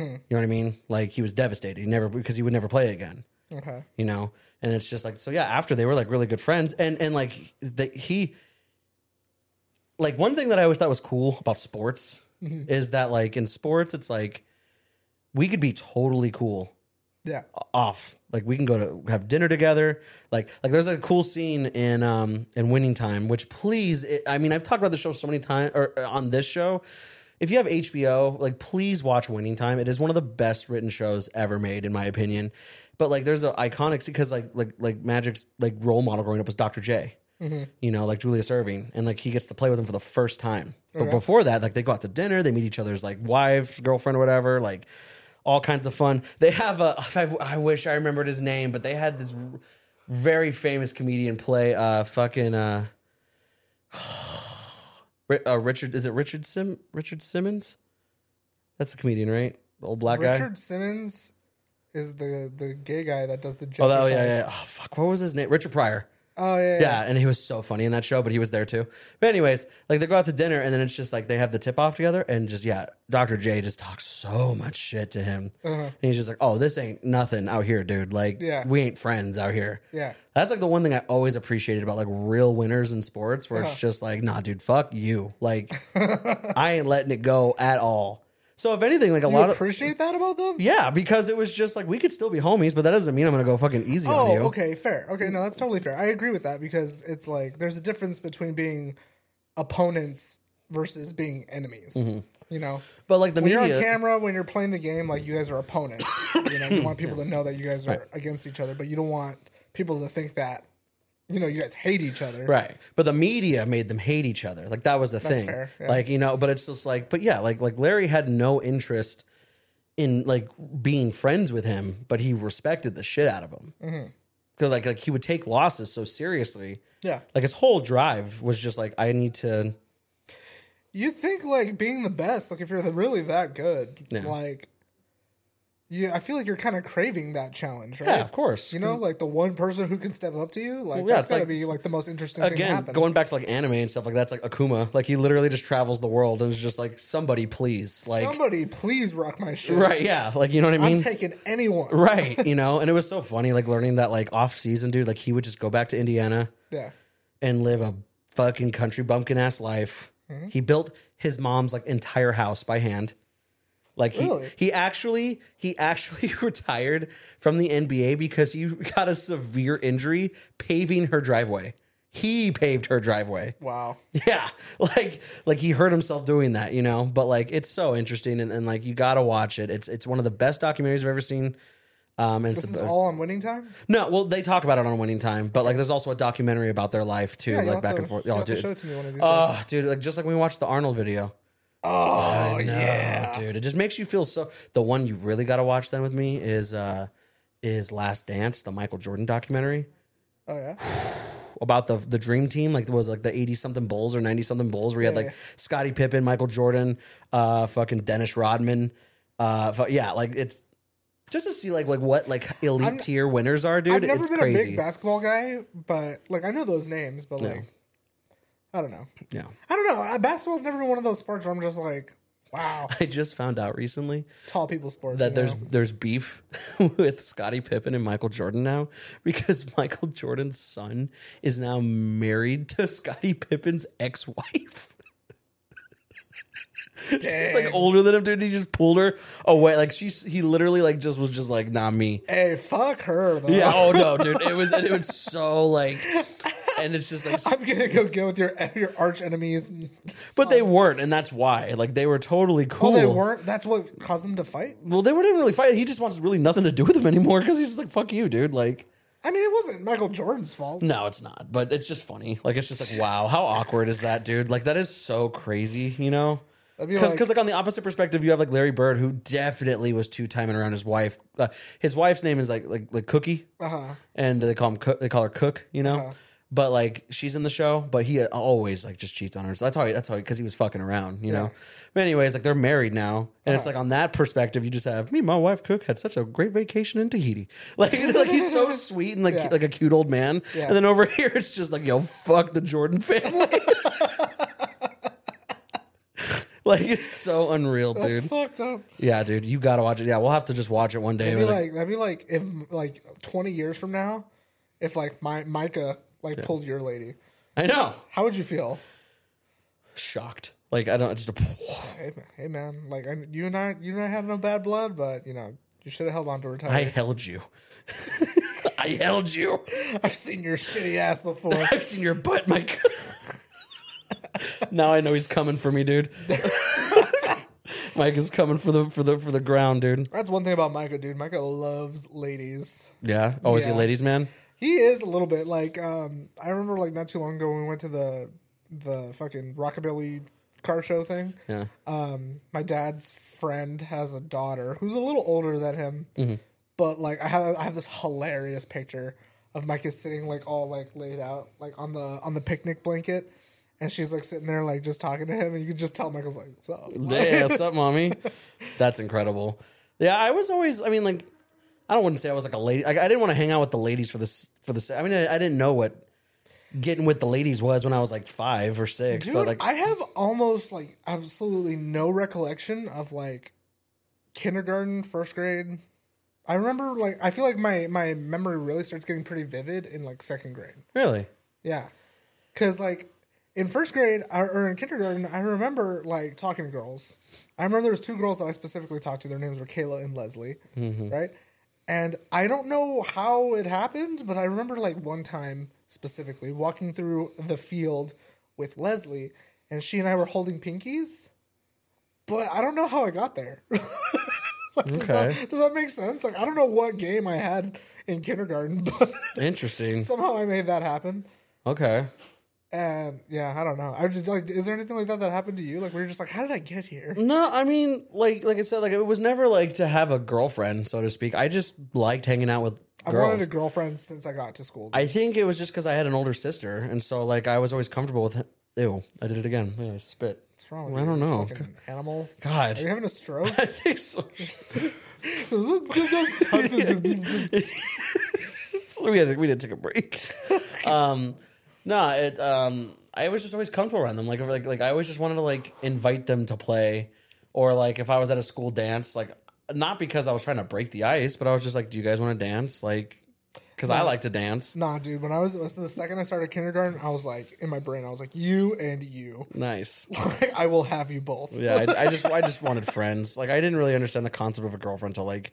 Speaker 4: You know what I mean? Like he was devastated. He never because he would never play again.
Speaker 5: okay.
Speaker 4: You know, and it's just like so. Yeah, after they were like really good friends, and and like that he, like one thing that I always thought was cool about sports is that like in sports, it's like we could be totally cool
Speaker 5: Yeah.
Speaker 4: off. Like we can go to have dinner together. Like like there's a cool scene in um in Winning Time, which please it, I mean I've talked about the show so many times or uh, on this show. If you have HBO, like please watch Winning Time. It is one of the best written shows ever made in my opinion. But like there's an iconic because like like like Magic's like role model growing up was Dr. J. You know, like Julius Irving, and like he gets to play with him for the first time. But before that, like they go out to dinner, they meet each other's like wife, girlfriend, or whatever. Like all kinds of fun. They have a, I, I wish I remembered his name, but they had this r- very famous comedian play uh fucking uh, Ri- uh Richard is it Richard Sim Richard Simmons? That's a comedian, right? The old black guy.
Speaker 5: Richard Simmons is the the gay guy that does the.
Speaker 4: Oh, that, oh yeah, yeah. yeah. Oh fuck, what was his name? Richard Pryor.
Speaker 5: Oh yeah.
Speaker 4: Yeah, and he was so funny in that show, but he was there too. But anyways, like they go out to dinner, and then it's just like they have the tip off together, and just yeah, Dr. J just talks so much shit to him, and he's just like, "Oh, this ain't nothing out here, dude. Like,
Speaker 5: Uh-huh. Yeah.
Speaker 4: we ain't friends out here."
Speaker 5: Yeah.
Speaker 4: that's like the one thing I always appreciated about like real winners in sports, where
Speaker 5: Uh-huh.
Speaker 4: it's just like, "Nah, dude, fuck you. Like, I ain't letting it go at all." So if anything, like a
Speaker 5: You
Speaker 4: lot of
Speaker 5: appreciate that about them?
Speaker 4: yeah, because it was just like we could still be homies, but that doesn't mean I'm gonna go fucking easy on
Speaker 5: Oh,
Speaker 4: you.
Speaker 5: okay, fair. Okay, no, that's totally fair. I agree with that because it's like there's a difference between being opponents versus being enemies.
Speaker 4: Mm-hmm.
Speaker 5: You know,
Speaker 4: But like the
Speaker 5: when
Speaker 4: media,
Speaker 5: you're on camera, when you're playing the game, like you guys are opponents. you know, you want people to know that you guys are against each other, but you don't want people to think that you know you guys hate each other.
Speaker 4: Right. But the media made them hate each other. Like that was the thing.
Speaker 5: fair, yeah.
Speaker 4: Like, you know, but it's just like, but yeah, like like Larry had no interest in like being friends with him, but he respected the shit out of him.
Speaker 5: Mm-hmm.
Speaker 4: Cause like like he would take losses so seriously.
Speaker 5: Yeah.
Speaker 4: Like his whole drive was just like, I need to
Speaker 5: You'd think like being the best, like if you're really that good,
Speaker 4: Yeah.
Speaker 5: like you, I feel like you're kind of craving that challenge, right?
Speaker 4: Yeah, of course.
Speaker 5: You know, like the one person who can step up to you, like
Speaker 4: yeah,
Speaker 5: that's
Speaker 4: it's
Speaker 5: gotta
Speaker 4: like-
Speaker 5: be like the most interesting thing to
Speaker 4: Again,
Speaker 5: happen.
Speaker 4: going back to like anime and stuff like that's like Akuma. Like he literally just travels the world and is just like, somebody please. Like
Speaker 5: Somebody please rock my shit.
Speaker 4: Right, yeah. Like you know what I
Speaker 5: I'm
Speaker 4: mean?
Speaker 5: taking anyone.
Speaker 4: right you know and it was so funny like learning that like off season dude like he would just go back to indiana
Speaker 5: Yeah.
Speaker 4: and live a fucking country bumpkin ass life
Speaker 5: Mm-hmm.
Speaker 4: he built his mom's like entire house by hand like he
Speaker 5: Really?
Speaker 4: he actually he actually retired from the nba because he got a severe injury paving her driveway he paved her driveway
Speaker 5: Wow.
Speaker 4: yeah like like he hurt himself doing that you know but like it's so interesting and, and like you gotta watch it it's it's one of the best documentaries i've ever seen um and it's
Speaker 5: This is
Speaker 4: the-
Speaker 5: all on winning time?
Speaker 4: no well they talk about it on winning time but like there's also a documentary about their life too
Speaker 5: Yeah,
Speaker 4: like
Speaker 5: you'll have
Speaker 4: back
Speaker 5: to-
Speaker 4: and forth
Speaker 5: you'll
Speaker 4: oh
Speaker 5: have to
Speaker 4: dude
Speaker 5: show it to me one of these
Speaker 4: oh dude like just like when we watched the arnold video
Speaker 5: Oh, yeah.
Speaker 4: Oh, dude it just makes you feel so the one you really gotta watch then with me is uh is last dance the michael jordan documentary
Speaker 5: Oh, yeah.
Speaker 4: about the the dream team, like it was like the eighty something Bulls or ninety something Bulls, where you had like
Speaker 5: yeah.
Speaker 4: Scottie Pippen, Michael Jordan, uh, fucking Dennis Rodman, uh, fu- yeah, like it's just to see like like what like elite
Speaker 5: I'm-
Speaker 4: tier winners are, dude.
Speaker 5: I've never
Speaker 4: it's
Speaker 5: been a
Speaker 4: crazy.
Speaker 5: big basketball guy, but like I know those names, but like I don't know.
Speaker 4: yeah,
Speaker 5: I don't know. Uh, Basketball's never been one of those sports where I'm just like, wow,
Speaker 4: I just found out recently
Speaker 5: tall people sports.
Speaker 4: that
Speaker 5: you
Speaker 4: there's
Speaker 5: know?
Speaker 4: there's beef with Scottie Pippen and Michael Jordan now because Michael Jordan's son is now married to Scottie Pippen's ex-wife. She's
Speaker 5: Dang.
Speaker 4: like older than him, dude. He just pulled her away. Like she's he literally like just was just like, not me.
Speaker 5: Hey, fuck her though.
Speaker 4: Yeah. Oh no, dude. It was and it was so like, and it's just like,
Speaker 5: I'm gonna go get with your your arch enemies.
Speaker 4: but they weren't, and that's why. Like they were totally cool.
Speaker 5: Oh, they weren't. That's what caused them to fight.
Speaker 4: Well, they weren't even really fight. He just wants really nothing to do with him anymore because he's just like, fuck you, dude. Like.
Speaker 5: I mean, it wasn't Michael Jordan's fault.
Speaker 4: No, it's not. But it's just funny. Like it's just like, wow, how awkward is that, dude? Like that is so crazy, you know?
Speaker 5: That'd be
Speaker 4: Because
Speaker 5: like-
Speaker 4: like, on the opposite perspective, you have like Larry Bird, who definitely was two timing around his wife. Uh, his wife's name is like like like Cookie,
Speaker 5: Uh huh. Uh-huh.
Speaker 4: and they call him Cook, they call her Cook, you know. But like she's in the show, but he uh, always like just cheats on her. So that's how he, that's how because he was fucking around, you know.
Speaker 5: Yeah. Uh-huh.
Speaker 4: But anyways, like they're married now, and it's like on that perspective, you just have me. and My wife Cook had such a great vacation in Tahiti. Like, like he's so sweet and like
Speaker 5: Yeah.
Speaker 4: like a cute old man.
Speaker 5: Yeah.
Speaker 4: And then over here, it's just like yo, fuck the Jordan family. like it's so unreal,
Speaker 5: That's
Speaker 4: dude.
Speaker 5: fucked up.
Speaker 4: Yeah, dude, you gotta watch it. Yeah, we'll have to just watch it one day.
Speaker 5: That'd be
Speaker 4: with a-
Speaker 5: like that'd be like if like twenty years from now, if like my Micah like pulled your lady,
Speaker 4: I know,
Speaker 5: how would you feel?
Speaker 4: shocked. Like I don't just
Speaker 5: Hey, ma- hey man, like I, you and I, you and I have no bad blood, but you know you should have held on to her
Speaker 4: I
Speaker 5: tight.
Speaker 4: held you. I held you.
Speaker 5: I've seen your shitty ass before.
Speaker 4: I've seen your butt, Mike. now I know he's coming for me, dude. Mike is coming for the for the for the ground, dude.
Speaker 5: That's one thing about Micah, dude. Micah loves ladies.
Speaker 4: Yeah. Oh, is he a
Speaker 5: Yeah.
Speaker 4: ladies man?
Speaker 5: He is a little bit like um I remember like not too long ago when we went to the the fucking rockabilly car show thing.
Speaker 4: Yeah.
Speaker 5: Um my dad's friend has a daughter who's a little older than him. But like I have I have this hilarious picture of Micah sitting like all like laid out like on the on the picnic blanket and she's like sitting there like just talking to him and you can just tell Michael's like what's up?
Speaker 4: yeah, what's up, mommy? That's incredible. Yeah, I was always. I mean, like, I don't want to say I was like a lady. Like, I didn't want to hang out with the ladies for this. For this, I mean, I, I didn't know what getting with the ladies was when I was like five or six.
Speaker 5: Dude,
Speaker 4: but like,
Speaker 5: I have almost like absolutely no recollection of like kindergarten, first grade. I remember like I feel like my my memory really starts getting pretty vivid in like second grade.
Speaker 4: really,
Speaker 5: Yeah, because like in first grade or, or in kindergarten, I remember like talking to girls. I remember there was two girls that I specifically talked to. Their names were Kayla and Leslie, right? And I don't know how it happened, but I remember like one time specifically walking through the field with Leslie, and she and I were holding pinkies. But I don't know how I got there. Does,
Speaker 4: Okay.
Speaker 5: that, does that make sense? Like I don't know what game I had in kindergarten, but
Speaker 4: interesting.
Speaker 5: somehow I made that happen.
Speaker 4: Okay.
Speaker 5: And yeah, I don't know. I just like, is there anything like that that happened to you? Like, where you're just like, how did I get here?
Speaker 4: No, I mean, like, like I said, like it was never like to have a girlfriend, so to speak. I just liked hanging out with
Speaker 5: I've
Speaker 4: girls.
Speaker 5: wanted a girlfriend since I got to school.
Speaker 4: I think it was just because I had an older sister, and so like I was always comfortable with. Ew, I did it again. Look, I spit.
Speaker 5: What's wrong with
Speaker 4: I
Speaker 5: you,
Speaker 4: don't
Speaker 5: you
Speaker 4: know.
Speaker 5: fucking animal.
Speaker 4: God.
Speaker 5: Are you having a stroke?
Speaker 4: I think so. So we had we did take a break. um, no, it. Um, I was just always comfortable around them. Like like like I always just wanted to like invite them to play, or like if I was at a school dance, like not because I was trying to break the ice, but I was just like, do you guys want to dance? Like, because I like to dance.
Speaker 5: nah, dude. When I was so the second I started kindergarten, I was like, in my brain, I was like, you and you.
Speaker 4: Nice.
Speaker 5: Like, I will have you both.
Speaker 4: Yeah, I, I just I just wanted friends. Like I didn't really understand the concept of a girlfriend till like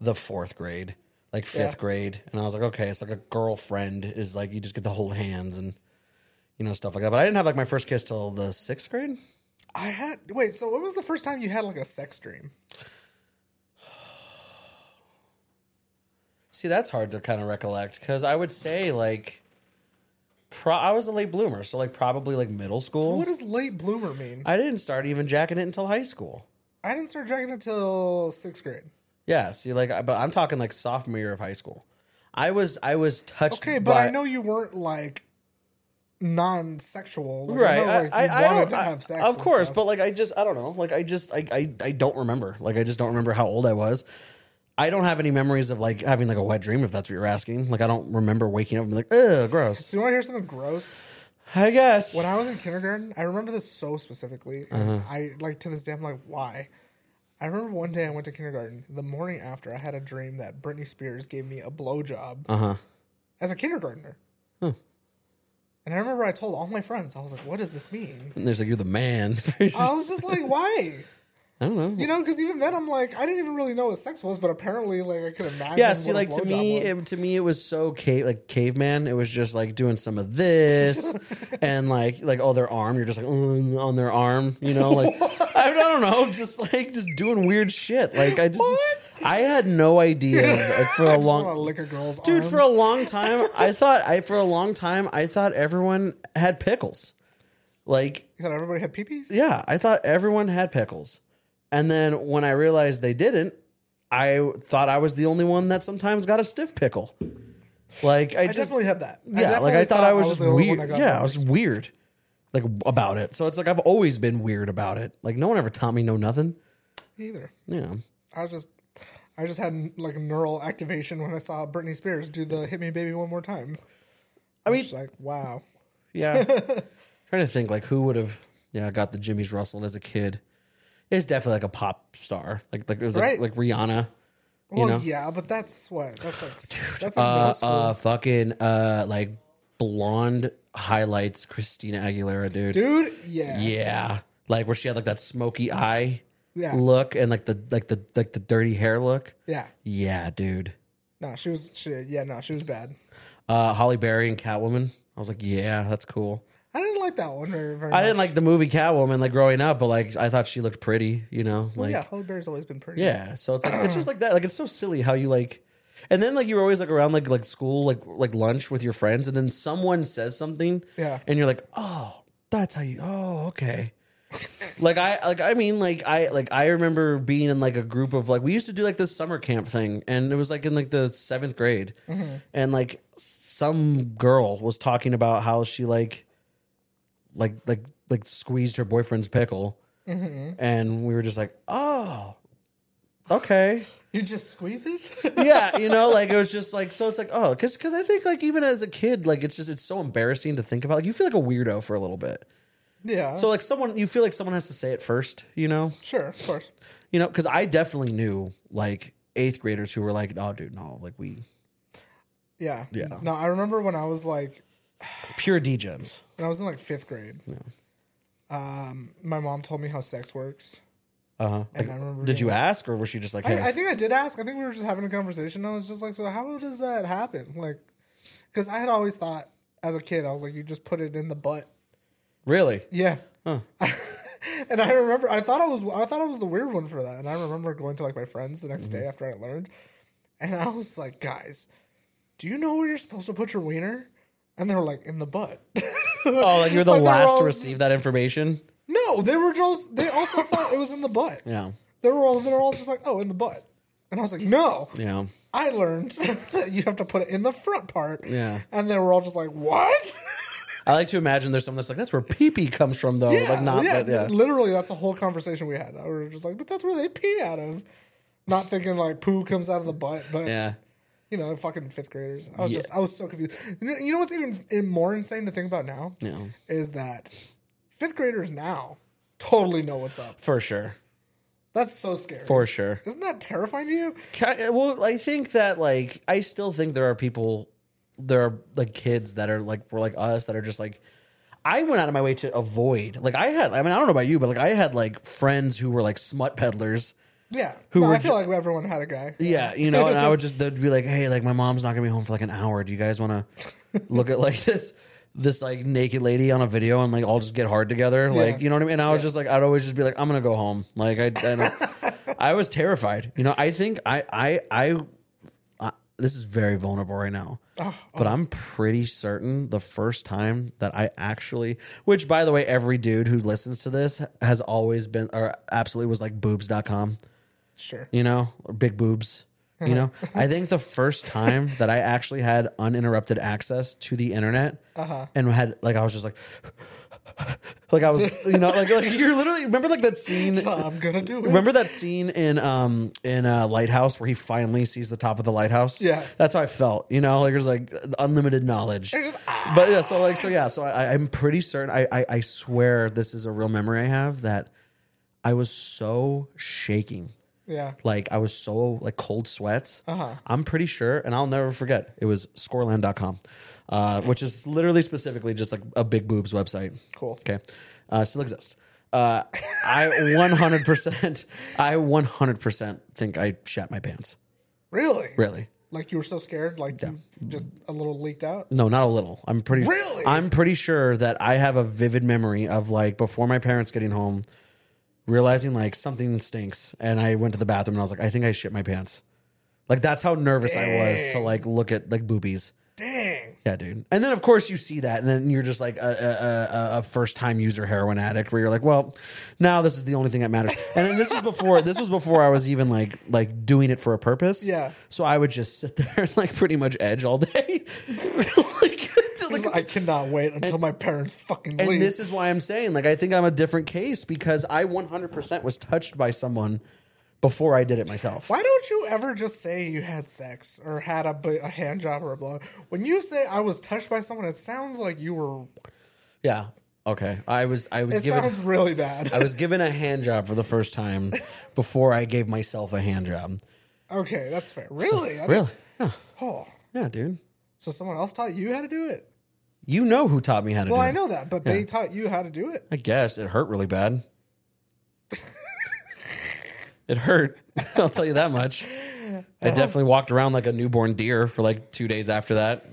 Speaker 4: the fourth grade, like fifth
Speaker 5: Yeah.
Speaker 4: grade, and I was like, okay, it's like a girlfriend is like you just get to hold hands and you know stuff like that. But I didn't have like my first kiss till the sixth grade.
Speaker 5: I had wait. So when was the first time you had like a sex dream?
Speaker 4: See, that's hard to kind of recollect because I would say like. Pro- I was a late bloomer, so like probably like middle school.
Speaker 5: What does late bloomer mean?
Speaker 4: I didn't start even jacking it until high school.
Speaker 5: I didn't start jacking until sixth grade.
Speaker 4: Yeah, see, like, I- but I'm talking like sophomore year of high school. I was, I was touched.
Speaker 5: Okay, but
Speaker 4: by-
Speaker 5: I know you weren't like non-sexual, like,
Speaker 4: right.
Speaker 5: I, know, like,
Speaker 4: I,
Speaker 5: you
Speaker 4: I, I
Speaker 5: wanted
Speaker 4: don't,
Speaker 5: to
Speaker 4: I-
Speaker 5: have sex,
Speaker 4: of
Speaker 5: and
Speaker 4: course,
Speaker 5: stuff.
Speaker 4: but like I just I don't know. Like I just I, I I don't remember. Like I just don't remember how old I was. I don't have any memories of like having like a wet dream if that's what you're asking. Like I don't remember waking up and be like, ugh, gross.
Speaker 5: Do you want to hear something gross?
Speaker 4: I guess.
Speaker 5: When I was in kindergarten, I remember this so specifically.
Speaker 4: Mm-hmm.
Speaker 5: I like to this day, I'm like, why? I remember one day I went to kindergarten. The morning after, I had a dream that Britney Spears gave me a blowjob
Speaker 4: Uh-huh. Hmm.
Speaker 5: as a kindergartner. And I remember I told all my friends, I was like, what does this mean?
Speaker 4: And there's like you're the man.
Speaker 5: I was just like, why?
Speaker 4: I don't know.
Speaker 5: You know, because even then I'm like, I didn't even really know what sex was, but apparently, like, I could imagine.
Speaker 4: yeah, see,
Speaker 5: what a
Speaker 4: like to
Speaker 5: blowjob
Speaker 4: me,
Speaker 5: was.
Speaker 4: it, to me, it was so cave, like caveman. It was just like doing some of this, and like like oh their arm. You're just like mm, on their arm, you know, like I, I don't know, just like just doing weird shit. Like I just,
Speaker 5: What?
Speaker 4: I had no idea like, for
Speaker 5: I
Speaker 4: a
Speaker 5: just wanna
Speaker 4: long
Speaker 5: lick a girl's
Speaker 4: dude
Speaker 5: arms.
Speaker 4: for a long time. I thought I for a long time I thought everyone had pickles, like
Speaker 5: You thought everybody had peepees?
Speaker 4: yeah, I thought everyone had pickles. And then when I realized they didn't, I thought I was the only one that sometimes got a stiff pickle. Like I,
Speaker 5: I,
Speaker 4: just
Speaker 5: definitely had that.
Speaker 4: yeah, like
Speaker 5: definitely
Speaker 4: I thought I was,
Speaker 5: the
Speaker 4: just
Speaker 5: only one
Speaker 4: weird.
Speaker 5: that got
Speaker 4: Yeah, I
Speaker 5: bars.
Speaker 4: was weird, like about it. So it's like I've always been weird about it. Like no one ever taught me no nothing.
Speaker 5: Me either.
Speaker 4: Yeah,
Speaker 5: I was just, I just had like a neural activation when I saw Britney Spears do the "Hit Me, Baby, One More Time." I
Speaker 4: mean-
Speaker 5: was just like, wow.
Speaker 4: yeah. Trying to think like who would have yeah got the Jimmy's Russell as a kid. It's definitely like a pop star. Like like it was
Speaker 5: Right.
Speaker 4: like, like Rihanna. You
Speaker 5: Well,
Speaker 4: know?
Speaker 5: yeah, but that's what that's like. that's like middle
Speaker 4: uh,
Speaker 5: school.
Speaker 4: uh, fucking uh, like blonde highlights, Christina Aguilera, dude.
Speaker 5: dude. Yeah,
Speaker 4: Yeah, like where she had like that smoky eye
Speaker 5: Yeah.
Speaker 4: look and like the like the like the dirty hair look.
Speaker 5: yeah.
Speaker 4: Yeah, dude.
Speaker 5: No, she was. She, yeah, no, she was bad.
Speaker 4: Uh, Holly Berry and Catwoman. I was like, yeah, that's cool.
Speaker 5: I didn't like that one very, very
Speaker 4: I didn't
Speaker 5: much.
Speaker 4: like the movie Catwoman like growing up, but like I thought she looked pretty, you know, like
Speaker 5: yeah,
Speaker 4: yeah.
Speaker 5: Holly Berry's always been pretty.
Speaker 4: So it's like it's just like that. Like it's so silly how you like, and then like you were always like around like like school like like lunch with your friends, and then someone says something,
Speaker 5: Yeah.
Speaker 4: and you're like, oh, that's how you. Oh, okay. like I like I mean like I like I remember being in like a group of like we used to do like this summer camp thing and it was like in like the seventh grade and like some girl was talking about how she like like like like squeezed her boyfriend's pickle and we were just like oh okay
Speaker 5: you just squeeze it.
Speaker 4: yeah you know like it was just like so it's like oh because because I think like even as a kid like it's just it's so embarrassing to think about like you feel like a weirdo for a little bit
Speaker 5: yeah,
Speaker 4: so like someone you feel like someone has to say it first you know
Speaker 5: sure, of course.
Speaker 4: you know, because I definitely knew like eighth graders who were like, "Oh, dude, no, like we
Speaker 5: Yeah,
Speaker 4: Yeah.
Speaker 5: No, I remember when I was like
Speaker 4: pure D gems."
Speaker 5: when I was in like fifth grade. Um, my mom told me how sex works.
Speaker 4: Uh huh.
Speaker 5: And I remember
Speaker 4: did
Speaker 5: being
Speaker 4: you
Speaker 5: Uh-huh. like-
Speaker 4: ask, or was she just like,
Speaker 5: I,
Speaker 4: "Hey,
Speaker 5: I think I did ask. I think we were just having a conversation. I was just like, so how does that happen? Like, because I had always thought as a kid, I was like, you just put it in the butt.
Speaker 4: really?"
Speaker 5: Yeah.
Speaker 4: Huh.
Speaker 5: and I remember, I thought I was, I thought I was the weird one for that. And I remember going to like my friends the next day
Speaker 4: Mm-hmm.
Speaker 5: after I learned, and I was like, guys, do you know where you're supposed to put your wiener? And they were like, in the butt.
Speaker 4: Oh, like you're the
Speaker 5: Like, they were
Speaker 4: last to
Speaker 5: all-
Speaker 4: receive that information.
Speaker 5: No, they were just, they also thought it was in the butt.
Speaker 4: Yeah,
Speaker 5: They were all, they were all just like, oh, in the butt. And I was like, no.
Speaker 4: yeah.
Speaker 5: I learned that you have to put it in the front part.
Speaker 4: Yeah.
Speaker 5: And they were all just like, what?
Speaker 4: I like to imagine there's someone that's like, "That's where pee pee comes from, though." like not,
Speaker 5: yeah,
Speaker 4: but yeah.
Speaker 5: Literally, that's a whole conversation we had. We were just like, but that's where they pee out of. Not thinking like poo comes out of the butt, but
Speaker 4: yeah.
Speaker 5: you know, fucking fifth graders. I was
Speaker 4: Yeah.
Speaker 5: just, I was so confused. You know, you know what's even in- more insane to think about now
Speaker 4: Yeah.
Speaker 5: is that fifth graders now totally know what's up.
Speaker 4: For sure,
Speaker 5: That's so scary.
Speaker 4: for sure.
Speaker 5: Isn't that terrifying to you?
Speaker 4: Ki- Well, I think that like I still think there are people, there are like kids that are like were like us that are just like. I went out of my way to avoid. Like I had, I mean, I don't know about you, but like I had like friends who were like smut peddlers.
Speaker 5: Yeah.
Speaker 4: Who
Speaker 5: No,
Speaker 4: were
Speaker 5: I feel like everyone had a guy.
Speaker 4: Yeah, you know, and I would just they'd be like, "Hey, like my mom's not gonna be home for like an hour. Do you guys want to look at like this this like naked lady on a video and like all just get hard together? Like,
Speaker 5: Yeah.
Speaker 4: you know what I mean?" And I was just like, I'd always just be like, "I'm gonna go home." Like I, I, don't- I was terrified. You know, I think I I I, I this is very vulnerable right now.
Speaker 5: Oh,
Speaker 4: But I'm pretty certain the first time that I actually, which by the way, every dude who listens to this has always been, or absolutely was like boobs.com
Speaker 5: Sure.
Speaker 4: you know, or big boobs. You know,
Speaker 5: Uh-huh.
Speaker 4: I think the first time that I actually had uninterrupted access to the internet
Speaker 5: Uh-huh.
Speaker 4: and had like I was just like, like I was, you know, like like you're literally remember like that scene.
Speaker 5: So I'm gonna do it.
Speaker 4: Remember that scene in um in uh, Lighthouse where he finally sees the top of the lighthouse?
Speaker 5: Yeah.
Speaker 4: that's how I felt. You know, like there's like unlimited knowledge.
Speaker 5: You're just, "Ah."
Speaker 4: But yeah, so like so yeah, so I, I'm pretty certain. I, I I swear this is a real memory I have that I was so shaking
Speaker 5: Yeah.
Speaker 4: like I was so like cold sweats. I'm pretty sure, and I'll never forget. It was scoreland.com, uh, which is literally specifically just like a big boobs website.
Speaker 5: Cool.
Speaker 4: Okay, uh, still exists. Uh, I 100%, I 100% think I shat my pants.
Speaker 5: Really?
Speaker 4: Really?
Speaker 5: Like you were so scared, like you just a little leaked out.
Speaker 4: No, not a little. I'm pretty
Speaker 5: Really?
Speaker 4: I'm pretty sure that I have a vivid memory of like before my parents getting home, realizing like something stinks, and I went to the bathroom and I was like, I think I shit my pants. Like that's how nervous I was to like look at like boobies.
Speaker 5: Dang.
Speaker 4: Yeah, dude. And then of course you see that, and then you're just like a, a, a, a first time user heroin addict, where you're like, well, now this is the only thing that matters. And then this is before this was before I was even like like doing it for a purpose.
Speaker 5: Yeah.
Speaker 4: So I would just sit there and like pretty much edge all day. like,
Speaker 5: He's like, I cannot wait until my parents fucking leave.
Speaker 4: and this is why I'm saying, like, I think I'm a different case because I 100% was touched by someone before I did it myself.
Speaker 5: Why don't you ever just say you had sex or had a, bu- a hand job or a blow? When you say I was touched by someone, it sounds like you were.
Speaker 4: Yeah. Okay. I was I was
Speaker 5: It
Speaker 4: given
Speaker 5: sounds really bad.
Speaker 4: I was given a hand job for the first time before I gave myself a hand job.
Speaker 5: okay, that's fair. Really? I didn't-
Speaker 4: Really? Yeah.
Speaker 5: Oh,
Speaker 4: Yeah, dude.
Speaker 5: so someone else taught you how to do it?
Speaker 4: You know who taught me how to
Speaker 5: Well,
Speaker 4: do
Speaker 5: I
Speaker 4: it.
Speaker 5: know that, but they taught you how to do it.
Speaker 4: I guess it hurt really bad. it hurt. I'll tell you that much.
Speaker 5: Oh.
Speaker 4: I definitely walked around like a newborn deer for like 2 days after that.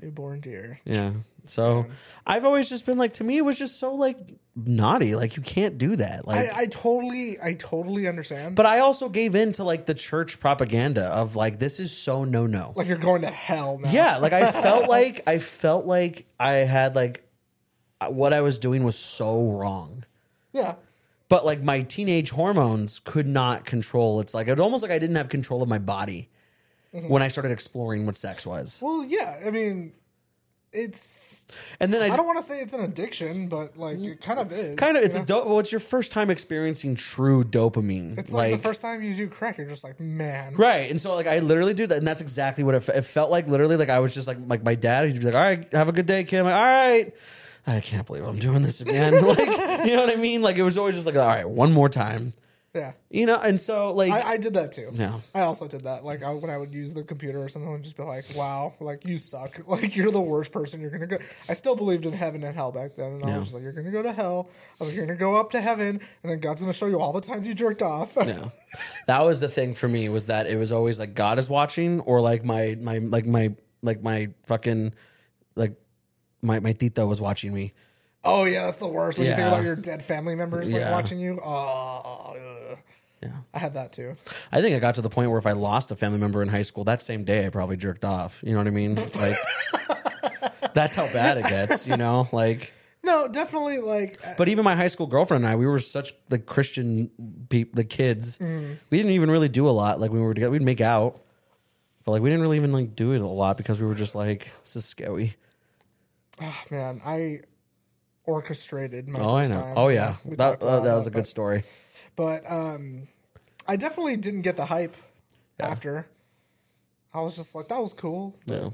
Speaker 5: Newborn deer.
Speaker 4: Yeah. So I've always just been like, to me, it was just so like naughty. Like you can't do that. Like,
Speaker 5: I, I totally, I totally understand.
Speaker 4: but I also gave in to like the church propaganda of like, this is so no no.
Speaker 5: like you're going to hell now.
Speaker 4: yeah. Like I felt like, I felt like I had like what I was doing was so wrong.
Speaker 5: yeah.
Speaker 4: But like my teenage hormones could not control. It's like, it almost like I didn't have control of my body
Speaker 5: Mm-hmm.
Speaker 4: when I started exploring what sex was.
Speaker 5: Well, yeah. I mean, it's.
Speaker 4: And then I,
Speaker 5: I don't want to say it's an addiction, but like it kind of is.
Speaker 4: Mm. kind of,
Speaker 5: you
Speaker 4: it's a
Speaker 5: know?
Speaker 4: do- well, it's your first time experiencing true dopamine.
Speaker 5: It's like, the first time you do crack, you're just like, man.
Speaker 4: Right. And so like I literally do that, and that's exactly what it, fe- it felt like. Literally, like I was just like like my dad. He'd be like, "All right, have a good day, kid." I'm like, "All right." I can't believe I'm doing this again. like, you know what I mean? Like, it was always just like, all right, one more time.
Speaker 5: Yeah.
Speaker 4: You know, and so like,
Speaker 5: I, I did that too.
Speaker 4: Yeah.
Speaker 5: I also did that. Like I, when I would use the computer or something, I would just be like, "Wow, like you suck. Like you're the worst person. You're gonna go." I still believed in heaven and hell back then, and I
Speaker 4: Yeah.
Speaker 5: was just like, "You're gonna go to hell." I was like, "You're gonna go up to heaven, and then God's gonna show you all the times you jerked off."
Speaker 4: yeah. that was the thing for me was that it was always like God is watching, or like my my like my like my fucking like my my tita was watching me.
Speaker 5: oh yeah, that's the worst. When you think
Speaker 4: Yeah.
Speaker 5: about your dead family members like
Speaker 4: Yeah.
Speaker 5: watching you, oh. ugh. I had that too.
Speaker 4: I think I got to the point where if I lost a family member in high school, that same day I probably jerked off. You know what I mean? Like that's how bad it gets, you know? Like
Speaker 5: No, definitely like uh,
Speaker 4: but even my high school girlfriend and I, we were such like Christian peop the kids.
Speaker 5: Mm.
Speaker 4: We didn't even really do a lot like when we were together. We'd make out. But like we didn't really even like do it a lot because we were just like this is scary.
Speaker 5: ah, man, I orchestrated my
Speaker 4: Oh, I
Speaker 5: first
Speaker 4: know.
Speaker 5: time.
Speaker 4: Oh yeah,
Speaker 5: we
Speaker 4: that,
Speaker 5: talked about
Speaker 4: that, that was a
Speaker 5: but-
Speaker 4: good story.
Speaker 5: But um, I definitely didn't get the hype after. I was just like, that was cool.
Speaker 4: Yeah,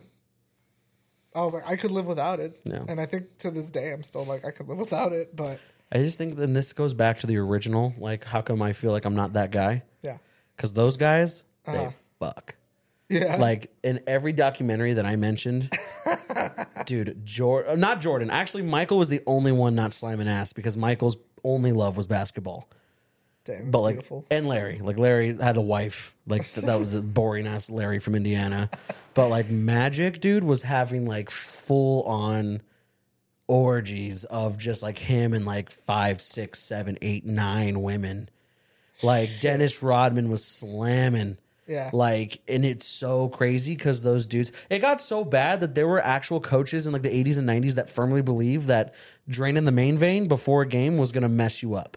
Speaker 5: I was like, I could live without it.
Speaker 4: Yeah.
Speaker 5: And I think to this day, I'm still like, I could live without it. But
Speaker 4: I just think then this goes back to the original. Like, how come I feel like I'm not that guy?
Speaker 5: yeah.
Speaker 4: Because those guys, they
Speaker 5: Uh-huh.
Speaker 4: fuck.
Speaker 5: Yeah.
Speaker 4: like in every documentary that I mentioned, dude, Jordan, not Jordan. Actually, Michael was the only one not slamming ass because Michael's only love was basketball.
Speaker 5: Damn,
Speaker 4: But
Speaker 5: but
Speaker 4: like,
Speaker 5: beautiful.
Speaker 4: and Larry, like Larry had a wife, like th- that was a boring ass Larry from Indiana. But like Magic, dude, was having like full on orgies of just like him and like five, six, seven, eight, nine women. Like Dennis Rodman was slamming.
Speaker 5: Yeah.
Speaker 4: Like, and it's so crazy because those dudes, it got so bad that there were actual coaches in like the 80s and 90s that firmly believed that draining the main vein before a game was going to mess you up.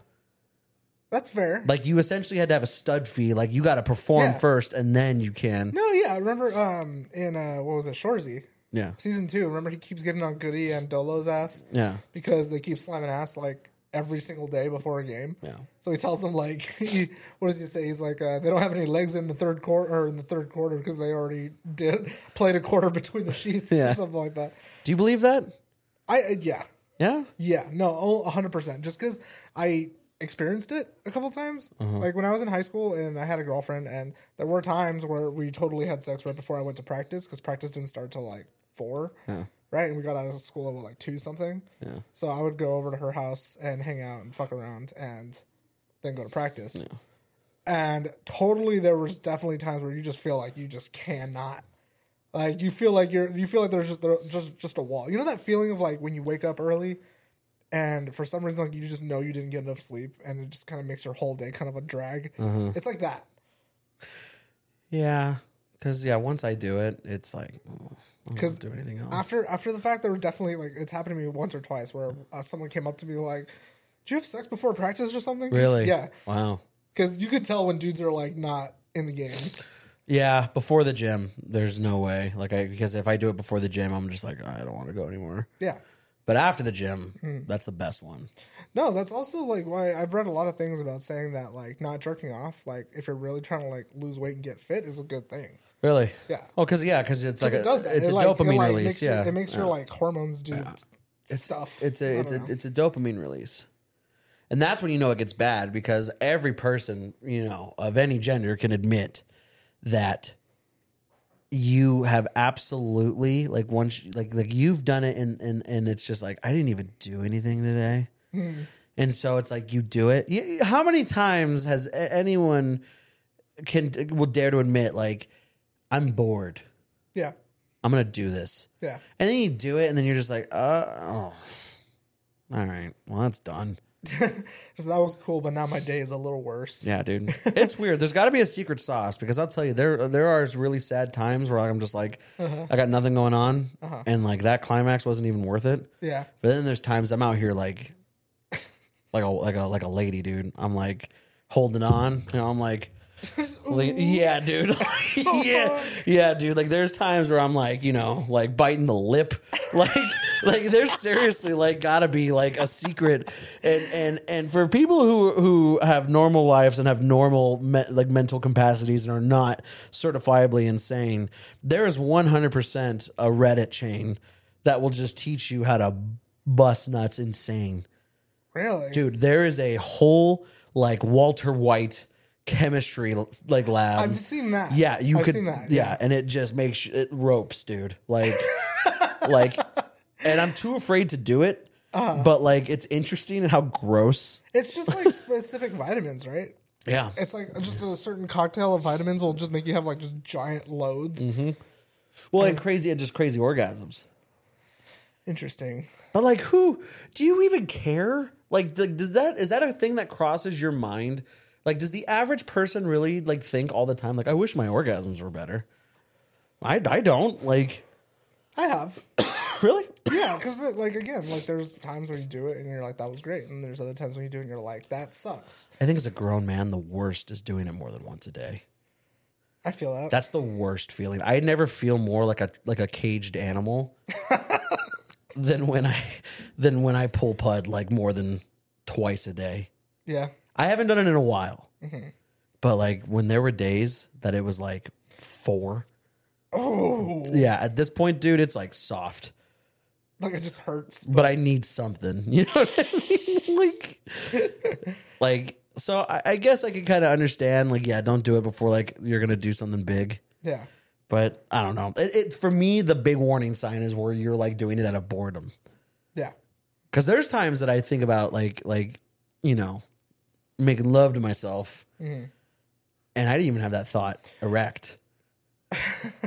Speaker 5: That's fair.
Speaker 4: Like, you essentially had to have a stud fee. Like, you got to perform
Speaker 5: Yeah.
Speaker 4: first and then you can.
Speaker 5: no, yeah. I remember um, in, uh, what was it, Shorzy?
Speaker 4: Yeah.
Speaker 5: Season two. Remember he keeps getting on Goody and Dolo's ass?
Speaker 4: Yeah.
Speaker 5: Because they keep slamming ass like every single day before a game.
Speaker 4: Yeah.
Speaker 5: So he tells them like, he, what does he say? He's like, uh, they don't have any legs in the third quarter or in the third quarter because they already did played a quarter between the sheets
Speaker 4: Yeah.
Speaker 5: or something like that.
Speaker 4: Do you believe that?
Speaker 5: I uh, yeah
Speaker 4: Yeah.
Speaker 5: yeah no oh, hundred percent. Just because I experienced it a couple times, like when I was in high school and I had a girlfriend, and there were times where we totally had sex right before I went to practice because practice didn't start till like four. Right, and we got out of school at what, like two something. Yeah. So I would go over to her house and hang out and fuck around, and then go to practice. And totally, there was definitely times where you just feel like you just cannot, like you feel like you're, you feel like there's just there- just just a wall. You know that feeling of like when you wake up early, and for some reason like you just know you didn't get enough sleep, and it
Speaker 4: Mm-hmm.
Speaker 5: just kind of makes your whole day kind of a drag. It's like that.
Speaker 4: Yeah. Because yeah, once I do it, it's like oh, I don't
Speaker 5: 'Cause
Speaker 4: wanna do anything else.
Speaker 5: After after the fact, there were definitely like it's happened to me once or twice where uh, someone came up to me like, "Do you have sex before practice or something?" 'Cause-
Speaker 4: really?
Speaker 5: Yeah,
Speaker 4: Wow.
Speaker 5: because you could tell when dudes are like not in the game.
Speaker 4: Yeah, before the gym, there's no way. Like I because if I do it before the gym, I'm just like "Oh, I don't want to go anymore.
Speaker 5: Yeah.
Speaker 4: But after the gym,
Speaker 5: Hmm.
Speaker 4: that's the best one.
Speaker 5: No, that's also like why I've read a lot of things about saying that like not jerking off, like if you're really trying to like lose weight and get fit, is a good thing.
Speaker 4: Really?
Speaker 5: Yeah.
Speaker 4: Oh, because yeah, because it's like
Speaker 5: it
Speaker 4: a,
Speaker 5: does that.
Speaker 4: it's
Speaker 5: It,
Speaker 4: a
Speaker 5: like- it,
Speaker 4: dopamine
Speaker 5: like,
Speaker 4: release.
Speaker 5: makes your-
Speaker 4: yeah,
Speaker 5: it makes your like hormones do stuff.
Speaker 4: it's
Speaker 5: I
Speaker 4: a it's
Speaker 5: don't
Speaker 4: a
Speaker 5: know.
Speaker 4: it's a dopamine release, and that's when you know it gets bad because every person you know of any gender can admit that you have absolutely like once you- like like you've done it and and and it's just like I didn't even do anything today. And so it's like you do it. You- How many times has a- anyone can will dare to admit like I'm bored.
Speaker 5: yeah,
Speaker 4: I'm gonna do this.
Speaker 5: yeah,
Speaker 4: And then you do it, and then you're just like, uh, oh, all right, well, that's done.
Speaker 5: so that was cool, but now my day is a little worse.
Speaker 4: Yeah, dude, it's weird. There's got to be a secret sauce because I'll tell you, there there are really sad times where I'm just like, I got nothing going on, and like that climax wasn't even worth it.
Speaker 5: yeah.
Speaker 4: But then there's times I'm out here like, like a like a like a lady, dude. I'm like holding on, you know. I'm like. Like, yeah, dude. yeah, yeah, dude. Like, there's times where I'm like, you know, like biting the lip. Like, like there's seriously like gotta be like a secret, and and and for people who who have normal lives and have normal me- like mental capacities and are not certifiably insane, there is 100 percent a Reddit chain that will just teach you how to bust nuts insane
Speaker 5: Really?
Speaker 4: dude there is a whole like walter white chemistry like lab
Speaker 5: I've seen that.
Speaker 4: yeah you
Speaker 5: I've
Speaker 4: could
Speaker 5: seen that.
Speaker 4: yeah. and it just makes you- it ropes dude like like and i'm too afraid to do it
Speaker 5: Uh-huh.
Speaker 4: but like it's interesting and how gross
Speaker 5: It's just like specific vitamins, right?
Speaker 4: yeah
Speaker 5: It's like just a certain cocktail of vitamins will just make you have like just giant loads.
Speaker 4: Mm-hmm. well and crazy and just crazy orgasms
Speaker 5: Interesting.
Speaker 4: But like, who do you even care? Like, th- does that is that a thing that crosses your mind? Like, does the average person really like think all the time? Like, I wish my orgasms were better. I I don't like
Speaker 5: I have.
Speaker 4: really.
Speaker 5: Yeah, because like again, like there's times where you do it and you're like that was great, and there's other times when you do it and you're like that sucks.
Speaker 4: I think as a grown man, the worst is doing it more than once a day.
Speaker 5: I feel that.
Speaker 4: That's the worst feeling. I never feel more like a like a caged animal than when I than when I pull pud like more than twice a day.
Speaker 5: yeah.
Speaker 4: I haven't done it in a while. But like when there were days that it was like four.
Speaker 5: Oh,
Speaker 4: Yeah, at this point, dude, it's like soft.
Speaker 5: like it just hurts.
Speaker 4: But I need something. You know what I mean? like like so I, I guess I can kind of understand, like, yeah, don't do it before like you're gonna do something big.
Speaker 5: Yeah.
Speaker 4: But I don't know. It, it's for me the big warning sign is where you're like doing it out of boredom.
Speaker 5: Yeah.
Speaker 4: Because there's times that I think about like like you know making love to myself,
Speaker 5: Mm-hmm.
Speaker 4: and I didn't even have that thought erect.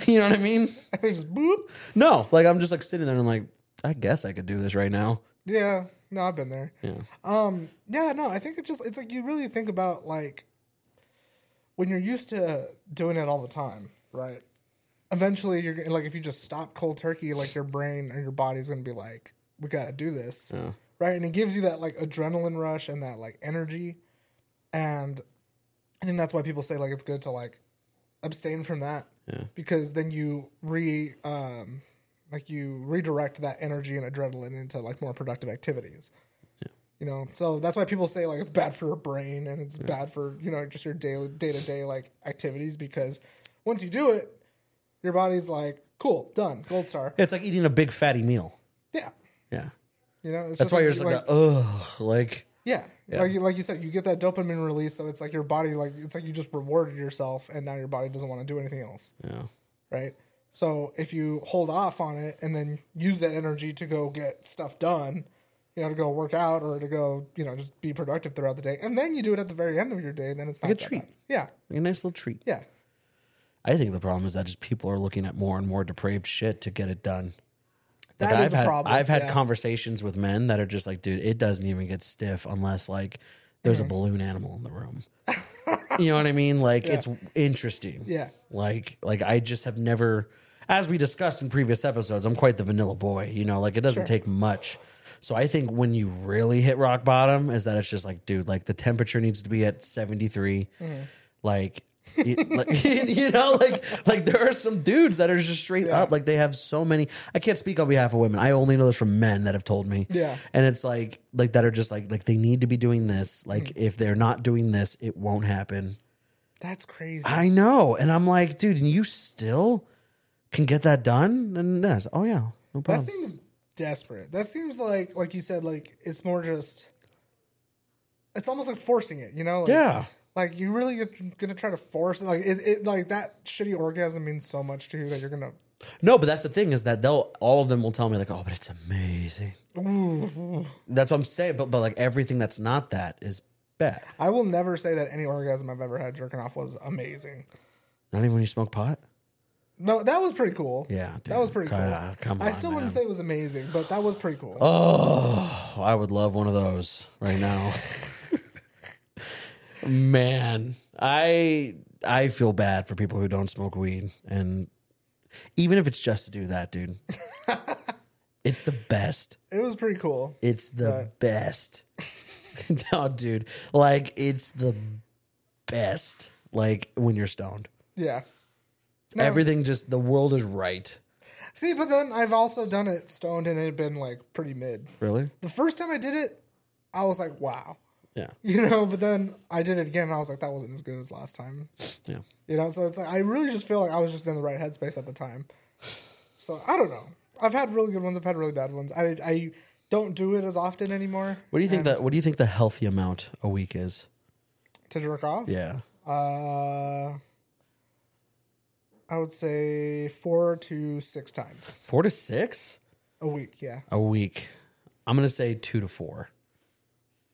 Speaker 4: you know what I mean?
Speaker 5: just boop.
Speaker 4: No, like I'm just like sitting there and I'm like, I guess I could do this right now.
Speaker 5: Yeah. No, I've been there. Yeah. Um. Yeah. No, I think it just it's like you really think about like when you're used to doing it all the time, right? Eventually, you're gonna- like if you just stop cold turkey, like your brain and your body's gonna be like, we gotta do this, right? And it gives you that like adrenaline rush and that like energy, and I think that's why people say like it's good to like abstain from that because then you re um like you redirect that energy and adrenaline into like more productive activities. You know, so that's why people say like it's bad for your brain and it's bad for you know just your daily day to day like activities because once you do it, your body's like cool, done, gold star,
Speaker 4: It's like eating a big fatty meal.
Speaker 5: yeah.
Speaker 4: Yeah,
Speaker 5: You know, it's
Speaker 4: that's why you're just like,
Speaker 5: like
Speaker 4: ugh, like
Speaker 5: yeah, like you- like you said, you get that dopamine release, so it's like your body like it's like you just rewarded yourself, and now your body doesn't want to do anything else.
Speaker 4: yeah.
Speaker 5: right? So if you hold off on it and then use that energy to go get stuff done, you know, to go work out or to go, you know, just be productive throughout the day, and then you do it at the very end of your day, then it's not
Speaker 4: Like a
Speaker 5: that
Speaker 4: treat.
Speaker 5: bad. Yeah,
Speaker 4: Like a nice little treat.
Speaker 5: yeah,
Speaker 4: I think the problem is that just people are looking at more and more depraved shit to get it done.
Speaker 5: That
Speaker 4: I've
Speaker 5: is a
Speaker 4: had,
Speaker 5: problem,
Speaker 4: I've had
Speaker 5: yeah.
Speaker 4: conversations with men that are just
Speaker 5: Mm-hmm.
Speaker 4: like, dude, it doesn't even get stiff unless like there's a balloon animal in the room. You know what I mean? Like
Speaker 5: Yeah.
Speaker 4: it's interesting.
Speaker 5: Yeah.
Speaker 4: Like like I just have never as we discussed in previous episodes, I'm quite the vanilla boy, you know, like it doesn't
Speaker 5: Sure.
Speaker 4: take much. So I think when you really hit rock bottom is that it's just like dude, like the temperature needs to be at 73.
Speaker 5: Mm-hmm.
Speaker 4: Like it- like, you know, like like there are some dudes that are just straight
Speaker 5: Yeah.
Speaker 4: up like they have so many. I can't speak on behalf of women. I only know this from men that have told me.
Speaker 5: Yeah.
Speaker 4: and it's like like that are just like like they need to be doing this. Like if they're not doing this, it won't happen.
Speaker 5: That's crazy.
Speaker 4: I know, and I'm like, dude, and you still can get that done. And that's oh yeah, no
Speaker 5: that
Speaker 4: problem.
Speaker 5: seems desperate. That seems like, like you said, like it's more just. It's almost like forcing it, you know? Like,
Speaker 4: yeah,
Speaker 5: Like you really get- gonna try to force like it, it like that shitty orgasm means so much to you that you're gonna
Speaker 4: no, but that's the thing is that they'll all of them will tell me like, oh, but it's amazing. Mm-hmm. That's what I'm saying, but but like everything that's not that is bad.
Speaker 5: I will never say that any orgasm I've ever had jerking off was amazing.
Speaker 4: Not even when you smoke pot.
Speaker 5: No, that was pretty cool.
Speaker 4: Yeah, dude.
Speaker 5: that was pretty
Speaker 4: God,
Speaker 5: cool.
Speaker 4: come
Speaker 5: I
Speaker 4: on,
Speaker 5: still
Speaker 4: man.
Speaker 5: wouldn't say it was amazing, but that was pretty cool.
Speaker 4: Oh, I would love one of those right now. Man, I I feel bad for people who don't smoke weed and even if it's just to do that, dude. it's the best.
Speaker 5: It was pretty cool.
Speaker 4: It's the best. no, dude. Like it's the best. Like when you're stoned.
Speaker 5: Yeah.
Speaker 4: Everything just the world is right.
Speaker 5: See, but then I've also done it stoned and it had been like pretty mid.
Speaker 4: Really?
Speaker 5: The first time I did it, I was like, wow.
Speaker 4: Yeah.
Speaker 5: You know, but then I did it again and I was like, that wasn't as good as last time.
Speaker 4: Yeah.
Speaker 5: You know, so it's like I really just feel like I was just in the right headspace at the time. So I don't know. I've had really good ones, I've had really bad ones. I I don't do it as often anymore.
Speaker 4: What do you think that what do you think the healthy amount a week is?
Speaker 5: to jerk off?
Speaker 4: Yeah.
Speaker 5: Uh, I would say four to six times
Speaker 4: Four to six?
Speaker 5: a week. Yeah.
Speaker 4: a week. I'm gonna say two to four.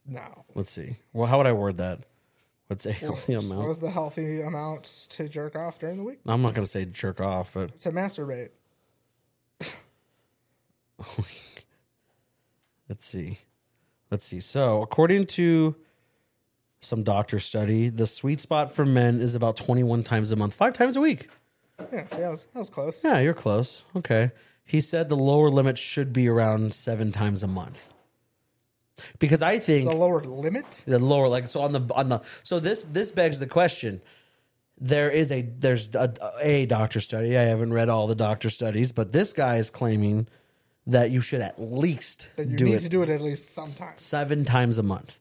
Speaker 5: No.
Speaker 4: Let's see. Well, how would I word that? What's a healthy
Speaker 5: What
Speaker 4: amount?
Speaker 5: is the healthy amount to jerk off during the week?
Speaker 4: I'm not gonna say jerk off, but
Speaker 5: To masturbate.
Speaker 4: let's see. Let's see. So, according to some doctor study, the sweet spot for men is about 21 times a month, five times a week.
Speaker 5: Yeah. See, that was, that was close.
Speaker 4: Yeah, you're close. Okay. He said the lower limit should be around seven times a month. Because I think
Speaker 5: The lower limit?
Speaker 4: the lower like so on the on the so this this begs the question there is a there's a, a doctor study i haven't read all the doctor studies but this guy is claiming that you should at least
Speaker 5: That you
Speaker 4: do
Speaker 5: need
Speaker 4: it
Speaker 5: to do it at least sometimes.
Speaker 4: seven times a month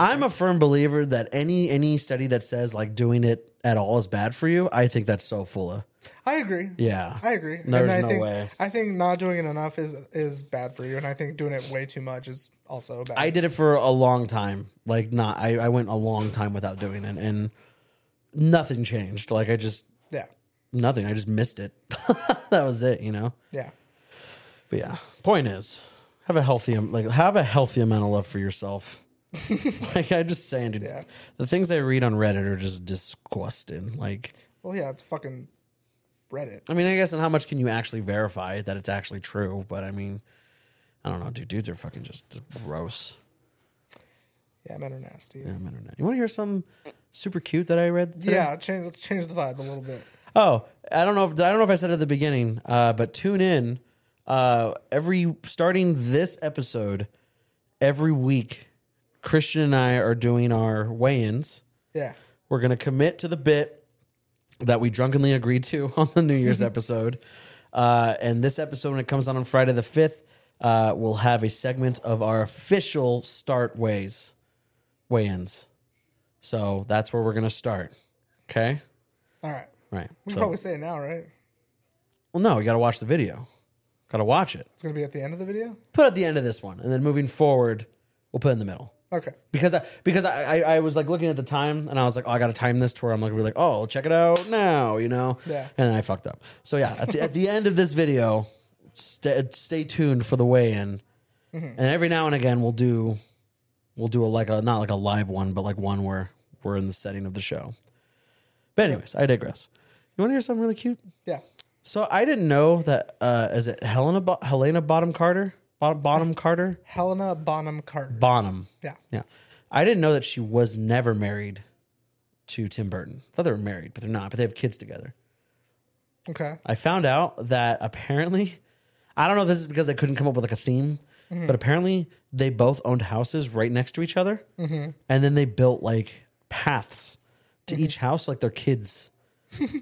Speaker 4: i'm a firm believer that any any study that says like doing it at all is bad for you i think that's so full of
Speaker 5: I agree.
Speaker 4: yeah
Speaker 5: I agree.
Speaker 4: there's
Speaker 5: I
Speaker 4: no
Speaker 5: think,
Speaker 4: way
Speaker 5: I think not doing it enough is is bad for you, and I think doing it way too much is also bad.
Speaker 4: I did it for a long time. Like not I, I went a long time without doing it and nothing changed. Like I just
Speaker 5: yeah.
Speaker 4: nothing. I just missed it. that was it, you know.
Speaker 5: Yeah.
Speaker 4: But yeah, point is, have a healthy like have a healthy amount of love for yourself. like I'm just saying, dude,
Speaker 5: Yeah.
Speaker 4: the things I read on Reddit are just disgusting. Like,
Speaker 5: Well, yeah, it's fucking Reddit.
Speaker 4: I mean, I guess, and how much can you actually verify that it's actually true? But I mean, I don't know, dude. Dudes are fucking just gross.
Speaker 5: Yeah, men are nasty.
Speaker 4: Yeah, men are not- You want to hear something super cute that I read? Today?
Speaker 5: Yeah, change, let's change the vibe a little bit.
Speaker 4: Oh, I don't know. If, I don't know if I said it at the beginning, uh, but tune in uh, every starting this episode every week. Christian and I are doing our weigh-ins.
Speaker 5: Yeah,
Speaker 4: We're going to commit to the bit that we drunkenly agreed to on the New Year's episode. Uh, and this episode, when it comes out on Friday the fifth, uh, we'll have a segment of our official start weighs weigh-ins. So that's where we're going to start. Okay.
Speaker 5: all right.
Speaker 4: Right.
Speaker 5: We
Speaker 4: So-
Speaker 5: can probably say it now, right?
Speaker 4: Well, no, you got to watch the video. Got to watch it.
Speaker 5: It's gonna be at the end of the video.
Speaker 4: Put it at the end of this one, and then moving forward, we'll put it in the middle
Speaker 5: Okay.
Speaker 4: because I because I I, I was like looking at the time, and I was like, oh, I got to time this to where I'm like, we're like, oh, check it out now, you know?
Speaker 5: Yeah.
Speaker 4: And I fucked up. So yeah, at the, at the end of this video, stay stay tuned for the weigh in, and every now and again we'll do we'll do a like a not like a live one, but like one where we're in the setting of the show. But anyways, I digress. You want to hear something really cute?
Speaker 5: Yeah.
Speaker 4: So I didn't know that. Uh, is it Helena Bo- Helena Bottom Carter? Bottom, Bottom Carter?
Speaker 5: Helena Bonham Carter.
Speaker 4: Bonham.
Speaker 5: yeah.
Speaker 4: Yeah. I didn't know that she was never married to Tim Burton. I thought they were married, but they're not. But they have kids together.
Speaker 5: Okay.
Speaker 4: I found out that apparently, I don't know if this is because they couldn't come up with like a theme, but apparently they both owned houses right next to each other, and then they built like paths to each house, like their kids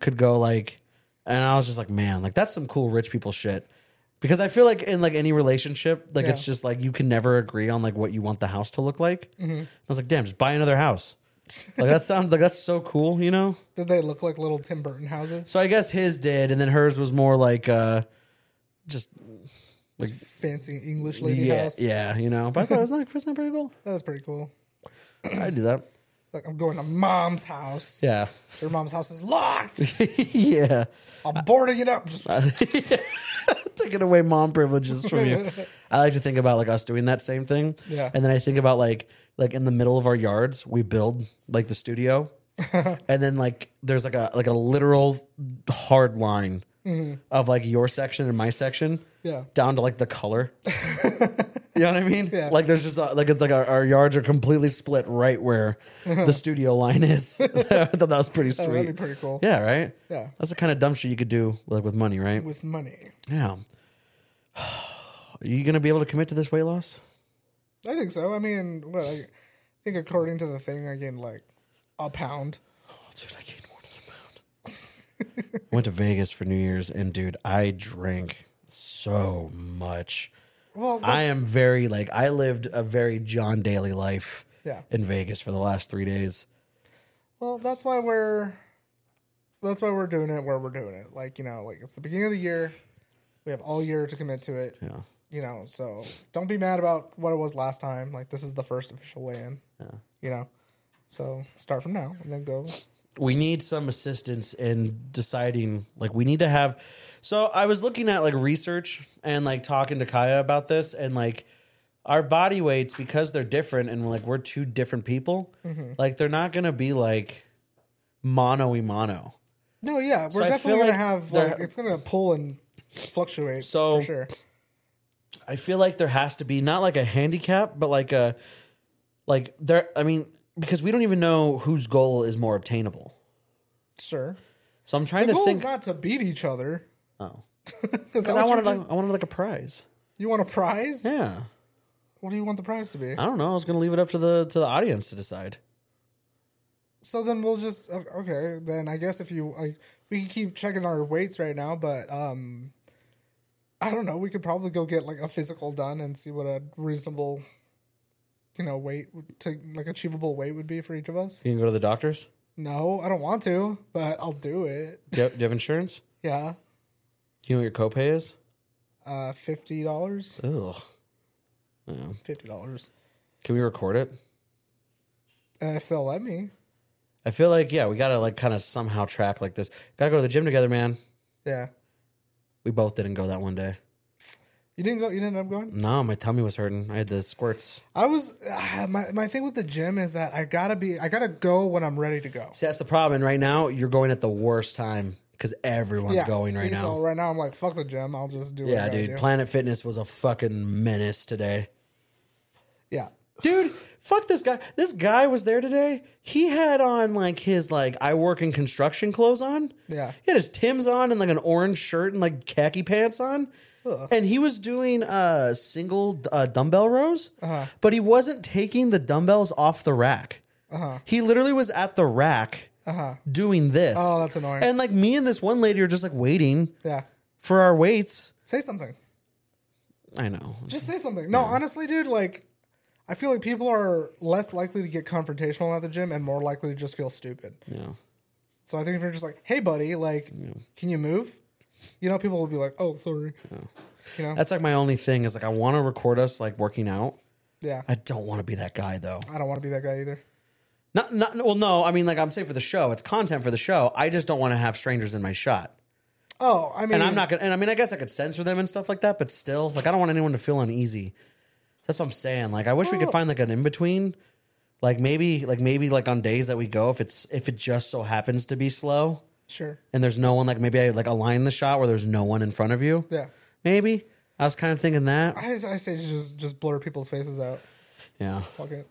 Speaker 4: could go like. And I was just like, man, like that's some cool rich people shit. Because I feel like in like any relationship, like
Speaker 5: Yeah.
Speaker 4: it's just like you can never agree on like what you want the house to look like. And I was like, damn, just buy another house. Like that sounds like that's so cool, you know?
Speaker 5: Did they look like little Tim Burton houses?
Speaker 4: So I guess his did, and then hers was more like uh just
Speaker 5: Fancy English lady
Speaker 4: yeah,
Speaker 5: house.
Speaker 4: yeah, you know. But I thought it was not, was not pretty cool.
Speaker 5: That was pretty cool.
Speaker 4: I'd do that.
Speaker 5: Like I'm going to mom's house.
Speaker 4: Yeah,
Speaker 5: Their mom's house is locked.
Speaker 4: yeah.
Speaker 5: I'm boarding it up. Just
Speaker 4: Taking away mom privileges from you. I like to think about like us doing that same thing.
Speaker 5: Yeah.
Speaker 4: and then I think about like like in the middle of our yards, we build like the studio, and then like there's like a like a literal hard line of like your section and my section.
Speaker 5: Mm-hmm. Yeah.
Speaker 4: down to like the color. You know what I mean?
Speaker 5: Yeah.
Speaker 4: Like there's just uh, like it's like our, our yards are completely split right where the studio line is. I thought that was pretty sweet.
Speaker 5: Oh, that'd be pretty cool.
Speaker 4: Yeah, right.
Speaker 5: Yeah.
Speaker 4: that's the kind of dumb shit you could do like with money, right?
Speaker 5: With money.
Speaker 4: yeah. Are you gonna be able to commit to this weight loss?
Speaker 5: I think so. I mean, what I think according to the thing, I gained like a pound.
Speaker 4: Oh, dude, I gained more than a pound. I went to Vegas for New Year's, and dude, I drank so much.
Speaker 5: Well, that-
Speaker 4: I am very like I lived a very John Daly life
Speaker 5: Yeah.
Speaker 4: in Vegas for the last three days.
Speaker 5: well, that's why we're that's why we're doing it where we're doing it. Like you know, like it's the beginning of the year. We have all year to commit to it.
Speaker 4: Yeah.
Speaker 5: You know, so don't be mad about what it was last time. Like this is the first official weigh-in. Yeah. You know, so start from now and then go.
Speaker 4: We need some assistance in deciding like we need to have so I was looking at like research and like talking to Kaya about this and like our body weights because they're different and like we're two different people, like they're not gonna be like mono y mono.
Speaker 5: No, yeah, we're
Speaker 4: I
Speaker 5: definitely
Speaker 4: feel
Speaker 5: gonna
Speaker 4: like
Speaker 5: have
Speaker 4: there-
Speaker 5: like it's gonna pull and fluctuate.
Speaker 4: So-
Speaker 5: for sure.
Speaker 4: I feel like there has to be not like a handicap, but like a like there. I mean, because we don't even know whose goal is more obtainable.
Speaker 5: Sure.
Speaker 4: So I'm trying
Speaker 5: The
Speaker 4: to
Speaker 5: goal
Speaker 4: think.
Speaker 5: is not to beat each other.
Speaker 4: oh,
Speaker 5: Is that
Speaker 4: because I
Speaker 5: what
Speaker 4: wanted
Speaker 5: you're
Speaker 4: like, I wanted like a prize.
Speaker 5: You want a prize?
Speaker 4: Yeah,
Speaker 5: What do you want the prize to be?
Speaker 4: I don't know. I was gonna leave it up to the to the audience to decide.
Speaker 5: So then we'll just o- okay. Then I guess if you like, we can keep checking our weights right now, but um, I don't know. We could probably go get like a physical done and see what a reasonable, you know, weight would- to like achievable weight would be for each of us.
Speaker 4: You can go to the doctors.
Speaker 5: No, I don't want to, but I'll do it.
Speaker 4: Do you have, do you have insurance?
Speaker 5: Yeah,
Speaker 4: Do you know what your copay is?
Speaker 5: uh, fifty dollars.
Speaker 4: Ugh.
Speaker 5: Fifty dollars.
Speaker 4: Can we record it?
Speaker 5: Uh, if they'll let me.
Speaker 4: I feel like yeah, we gotta like kind of somehow track like this. Gotta go to the gym together, man.
Speaker 5: Yeah.
Speaker 4: We both didn't go that one day.
Speaker 5: You didn't go. You didn't end up going.
Speaker 4: No, my tummy was hurting. I had the squirts.
Speaker 5: I was ah, my my thing with the gym is that I gotta be I gotta go when I'm ready to go.
Speaker 4: See, that's the problem. And right now, you're going at the worst time because everyone's going right
Speaker 5: see, So
Speaker 4: now.
Speaker 5: right now I'm like fuck the gym. I'll just do. What
Speaker 4: Yeah,
Speaker 5: I gotta
Speaker 4: dude.
Speaker 5: do.
Speaker 4: Planet Fitness was a fucking menace today.
Speaker 5: yeah,
Speaker 4: Dude, fuck this guy. This guy was there today. He had on like his like I work in construction clothes on.
Speaker 5: Yeah.
Speaker 4: He had his Tim's on and like an orange shirt and like khaki pants on. And he was doing uh single uh, dumbbell rows,
Speaker 5: Uh-huh.
Speaker 4: but he wasn't taking the dumbbells off the rack. Uh-huh. He literally was at the rack doing this.
Speaker 5: Uh-huh. Oh, that's annoying.
Speaker 4: And like me and this one lady are just like waiting
Speaker 5: yeah.
Speaker 4: for our weights.
Speaker 5: Say something.
Speaker 4: I know.
Speaker 5: Just say something. No, honestly, dude. Like, I feel like people are less likely to get confrontational at the gym and more likely to just feel stupid.
Speaker 4: Yeah.
Speaker 5: So I think if you're just like, hey, buddy, like, can you move? You know, people will be like, oh, sorry. You know,
Speaker 4: That's like my only thing is like I want to record us like working out.
Speaker 5: yeah.
Speaker 4: I don't want to be that guy though.
Speaker 5: I don't want to be that guy either.
Speaker 4: Not, not well. No, I mean, like I'm saying for the show, it's content for the show. I just don't want to have strangers in my shot,
Speaker 5: Oh, I mean,
Speaker 4: and I'm not gonna. And I mean, I guess I could censor them and stuff like that, but still, like I don't want anyone to feel uneasy. That's what I'm saying. Like I wish we could find like an in between, like maybe, like maybe, like on days that we go, if it's if it just so happens to be slow
Speaker 5: sure.
Speaker 4: and there's no one, like maybe I like align the shot where there's no one in front of you.
Speaker 5: Yeah.
Speaker 4: Maybe I was kind of thinking that.
Speaker 5: I, I say just just blur people's faces out.
Speaker 4: Yeah,
Speaker 5: Fuck it.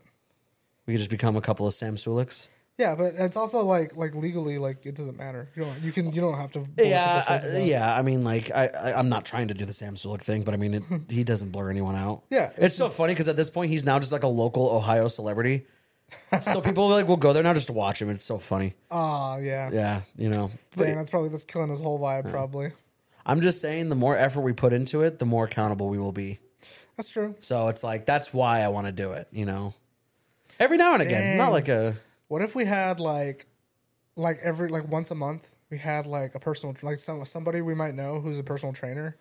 Speaker 4: we could just become a couple of Sam Suliks.
Speaker 5: Yeah, but it's also like like legally like it doesn't matter. You don't you can you don't have to. blur
Speaker 4: Yeah,
Speaker 5: people's faces
Speaker 4: I,
Speaker 5: out.
Speaker 4: yeah. I mean, like, I, I I'm not trying to do the Sam Sulek thing, but I mean, it, he doesn't blur anyone out.
Speaker 5: Yeah,
Speaker 4: it's,
Speaker 5: it's
Speaker 4: so funny because at this point, he's now just like a local Ohio celebrity. so people like will go there now just to watch him. It's so funny.
Speaker 5: Ah, yeah.
Speaker 4: Yeah, you know. But
Speaker 5: Dang, that's probably that's killing his whole vibe. Probably.
Speaker 4: I'm just saying, the more effort we put into it, the more accountable we will be.
Speaker 5: That's true.
Speaker 4: So it's like that's why I want to do it. You know, every now and again, not
Speaker 5: Dang.
Speaker 4: like a
Speaker 5: What if we had like, like every like once a month we had like a personal like some somebody we might know who's a personal trainer,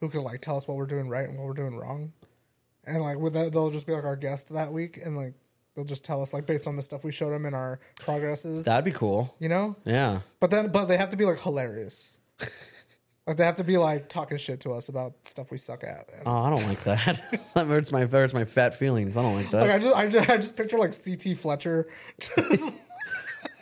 Speaker 5: who could like tell us what we're doing right and what we're doing wrong, and like with that they'll just be like our guest that week and like they'll just tell us like based on the stuff we showed them in our progresses,
Speaker 4: that'd be cool.
Speaker 5: you know.
Speaker 4: Yeah,
Speaker 5: But then, but they have to be like hilarious. like they have to be like talking shit to us about stuff we suck at. And,
Speaker 4: Oh, I don't like that. that hurts my that hurts my fat feelings. I don't like that.
Speaker 5: like I just, I just, I just picture like CT Fletcher. Just,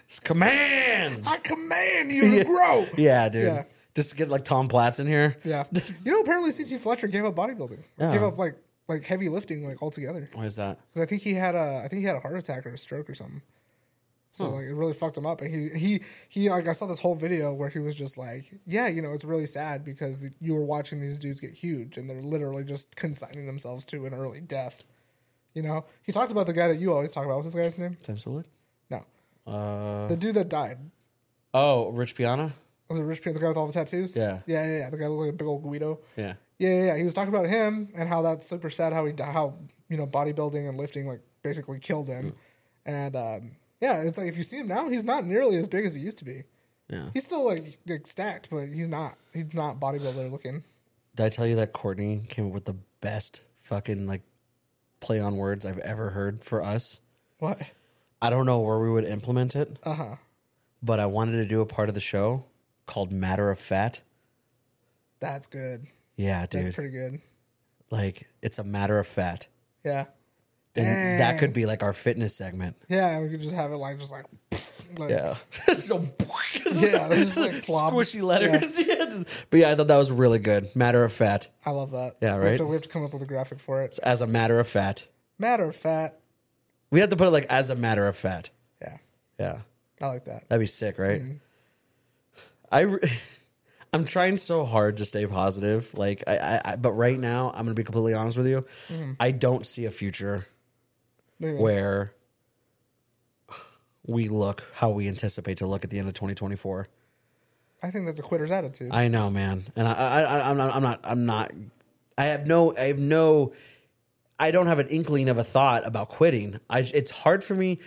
Speaker 4: It's command.
Speaker 5: I command you to grow.
Speaker 4: Yeah, dude.
Speaker 5: Yeah.
Speaker 4: Just to get like Tom Platz in here.
Speaker 5: Yeah. You know, apparently CT Fletcher gave up bodybuilding.
Speaker 4: Yeah.
Speaker 5: Gave up like like heavy lifting like altogether.
Speaker 4: Why is that?
Speaker 5: Because I think he had a I think he had a heart attack or a stroke or something. So like it really fucked him up. And he he he like I saw this whole video where he was just like, Yeah, you know, it's really sad because the, you were watching these dudes get huge and they're literally just consigning themselves to an early death. You know? He talked about the guy that you always talk about. What's this guy's name?
Speaker 4: Sam Sulek?
Speaker 5: No.
Speaker 4: Uh,
Speaker 5: The dude that died.
Speaker 4: oh, Rich Piana?
Speaker 5: Was it Rich Pian, the guy with all the tattoos?
Speaker 4: Yeah.
Speaker 5: Yeah, yeah, yeah. The guy looked like a big old Guido.
Speaker 4: Yeah.
Speaker 5: Yeah, yeah, yeah. He was talking about him and how that's super sad. How he, di- how you know, bodybuilding and lifting like basically killed him. And um, yeah, it's like if you see him now, he's not nearly as big as he used to be.
Speaker 4: Yeah.
Speaker 5: He's still like, like stacked, but he's not. He's not bodybuilder looking.
Speaker 4: Did I tell you that Courtney came up with the best fucking like play on words I've ever heard for us?
Speaker 5: What?
Speaker 4: I don't know where we would implement it. Uh
Speaker 5: Uh-huh.
Speaker 4: huh. But I wanted to do a part of the show called Matter of Fat.
Speaker 5: That's good.
Speaker 4: Yeah,
Speaker 5: That's
Speaker 4: dude.
Speaker 5: pretty good.
Speaker 4: like it's a matter of fat.
Speaker 5: Yeah,
Speaker 4: And that
Speaker 5: Dang.
Speaker 4: could be like our fitness segment.
Speaker 5: yeah. And we could just have it like just like, like
Speaker 4: so
Speaker 5: yeah. They're just like flops.
Speaker 4: squishy
Speaker 5: Yeah.
Speaker 4: letters. Yeah. just- but yeah, I thought that was really good. Matter of fact,
Speaker 5: I love that.
Speaker 4: Yeah,
Speaker 5: We have,
Speaker 4: right?
Speaker 5: to, we have to come up with a graphic for it.
Speaker 4: as a matter of fact,
Speaker 5: Matter of fact,
Speaker 4: we have to put it like as a matter of fact.
Speaker 5: yeah,
Speaker 4: Yeah,
Speaker 5: I like that.
Speaker 4: that'd be sick, right? I, re- I'm trying so hard to stay positive. Like I, I, I, but right now I'm gonna be completely honest with you. I don't see a future
Speaker 5: Maybe.
Speaker 4: where we look how we anticipate to look at the end of 2024.
Speaker 5: I think that's a quitter's attitude.
Speaker 4: I know, man, and I, I, I I'm not, I'm not, I'm not. I have no, I have no, I don't have an inkling of a thought about quitting. I, it's hard for me.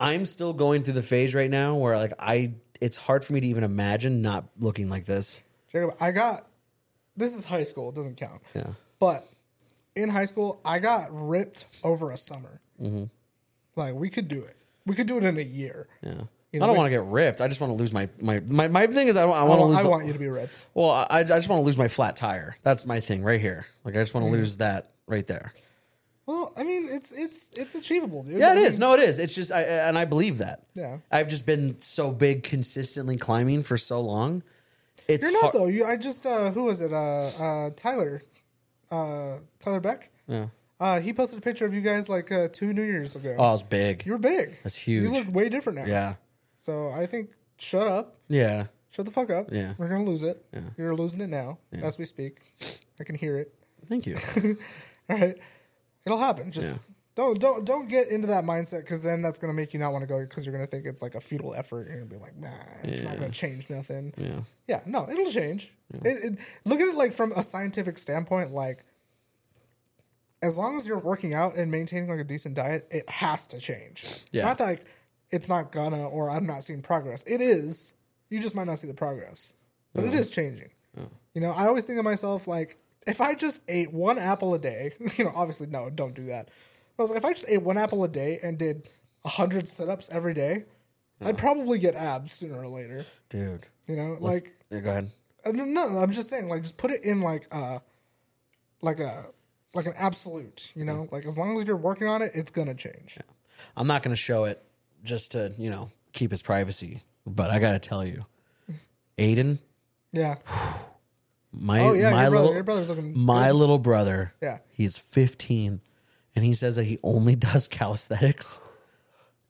Speaker 4: I'm still going through the phase right now where like I, it's hard for me to even imagine not looking like this.
Speaker 5: Jacob, I got this is high school, it doesn't count.
Speaker 4: Yeah.
Speaker 5: But in high school, I got ripped over a summer.
Speaker 4: Mm-hmm.
Speaker 5: Like we could do it. We could do it in a year.
Speaker 4: Yeah.
Speaker 5: You
Speaker 4: I
Speaker 5: know,
Speaker 4: don't
Speaker 5: we-
Speaker 4: want to get ripped. I just want to lose my my my, my thing is I, don't- I
Speaker 5: I
Speaker 4: want to
Speaker 5: want,
Speaker 4: lose.
Speaker 5: Oh, I
Speaker 4: the-
Speaker 5: want you to be ripped.
Speaker 4: Well, I, I just want to lose my flat tire. That's my thing right here. Like I just
Speaker 5: Mm-hmm.
Speaker 4: want to lose that right there.
Speaker 5: Well, I mean, it's it's it's achievable, dude.
Speaker 4: Yeah,
Speaker 5: I
Speaker 4: it is.
Speaker 5: mean,
Speaker 4: No, it is. It's just, I, and I believe that.
Speaker 5: Yeah.
Speaker 4: I've just been so big, consistently climbing for so long. It's
Speaker 5: You're not
Speaker 4: hard-
Speaker 5: though. You, I just uh, who was it? Uh, uh, Tyler, uh, Tyler Beck.
Speaker 4: Yeah.
Speaker 5: Uh, he posted a picture of you guys like uh, two New Years ago.
Speaker 4: Oh, I was big.
Speaker 5: you were big.
Speaker 4: That's huge.
Speaker 5: You look way different now.
Speaker 4: yeah.
Speaker 5: So I think shut up.
Speaker 4: Yeah.
Speaker 5: Shut the fuck up.
Speaker 4: Yeah.
Speaker 5: We're gonna lose it. You're losing it now as we speak. I can hear it.
Speaker 4: Thank you.
Speaker 5: All right. It'll happen. Just
Speaker 4: Yeah.
Speaker 5: don't don't don't get into that mindset because then that's gonna make you not want to go because you're gonna think it's like a futile effort. You're gonna be like, nah, it's not gonna change nothing. Yeah. Yeah. No, it'll change. It, it, look at it like from a scientific standpoint. Like, as long as you're working out and maintaining like a decent diet, it has to change.
Speaker 4: Yeah.
Speaker 5: Not like it's not gonna or I'm not seeing progress. It is. You just might not see the progress, but it is changing. You know, I always think of myself like, if I just ate one apple a day, you know, obviously, no, don't do that. But I was like, if I just ate one apple a day and did 100 sit ups every day, I'd probably get abs sooner or later.
Speaker 4: Dude.
Speaker 5: You know,
Speaker 4: Let's-
Speaker 5: like,
Speaker 4: yeah, go ahead.
Speaker 5: uh, no, no, I'm just saying, like, just put it in like a, like a, like an absolute, you know, like as long as you're working on it, it's gonna change.
Speaker 4: I'm not going to show it just to, you know, keep his privacy, but I got to tell you, Aiden,
Speaker 5: Yeah,
Speaker 4: my,
Speaker 5: Oh, yeah,
Speaker 4: my
Speaker 5: your brother-
Speaker 4: little,
Speaker 5: your brother's looking
Speaker 4: my
Speaker 5: good.
Speaker 4: little brother,
Speaker 5: Yeah.
Speaker 4: he's 15 and he says that he only does calisthenics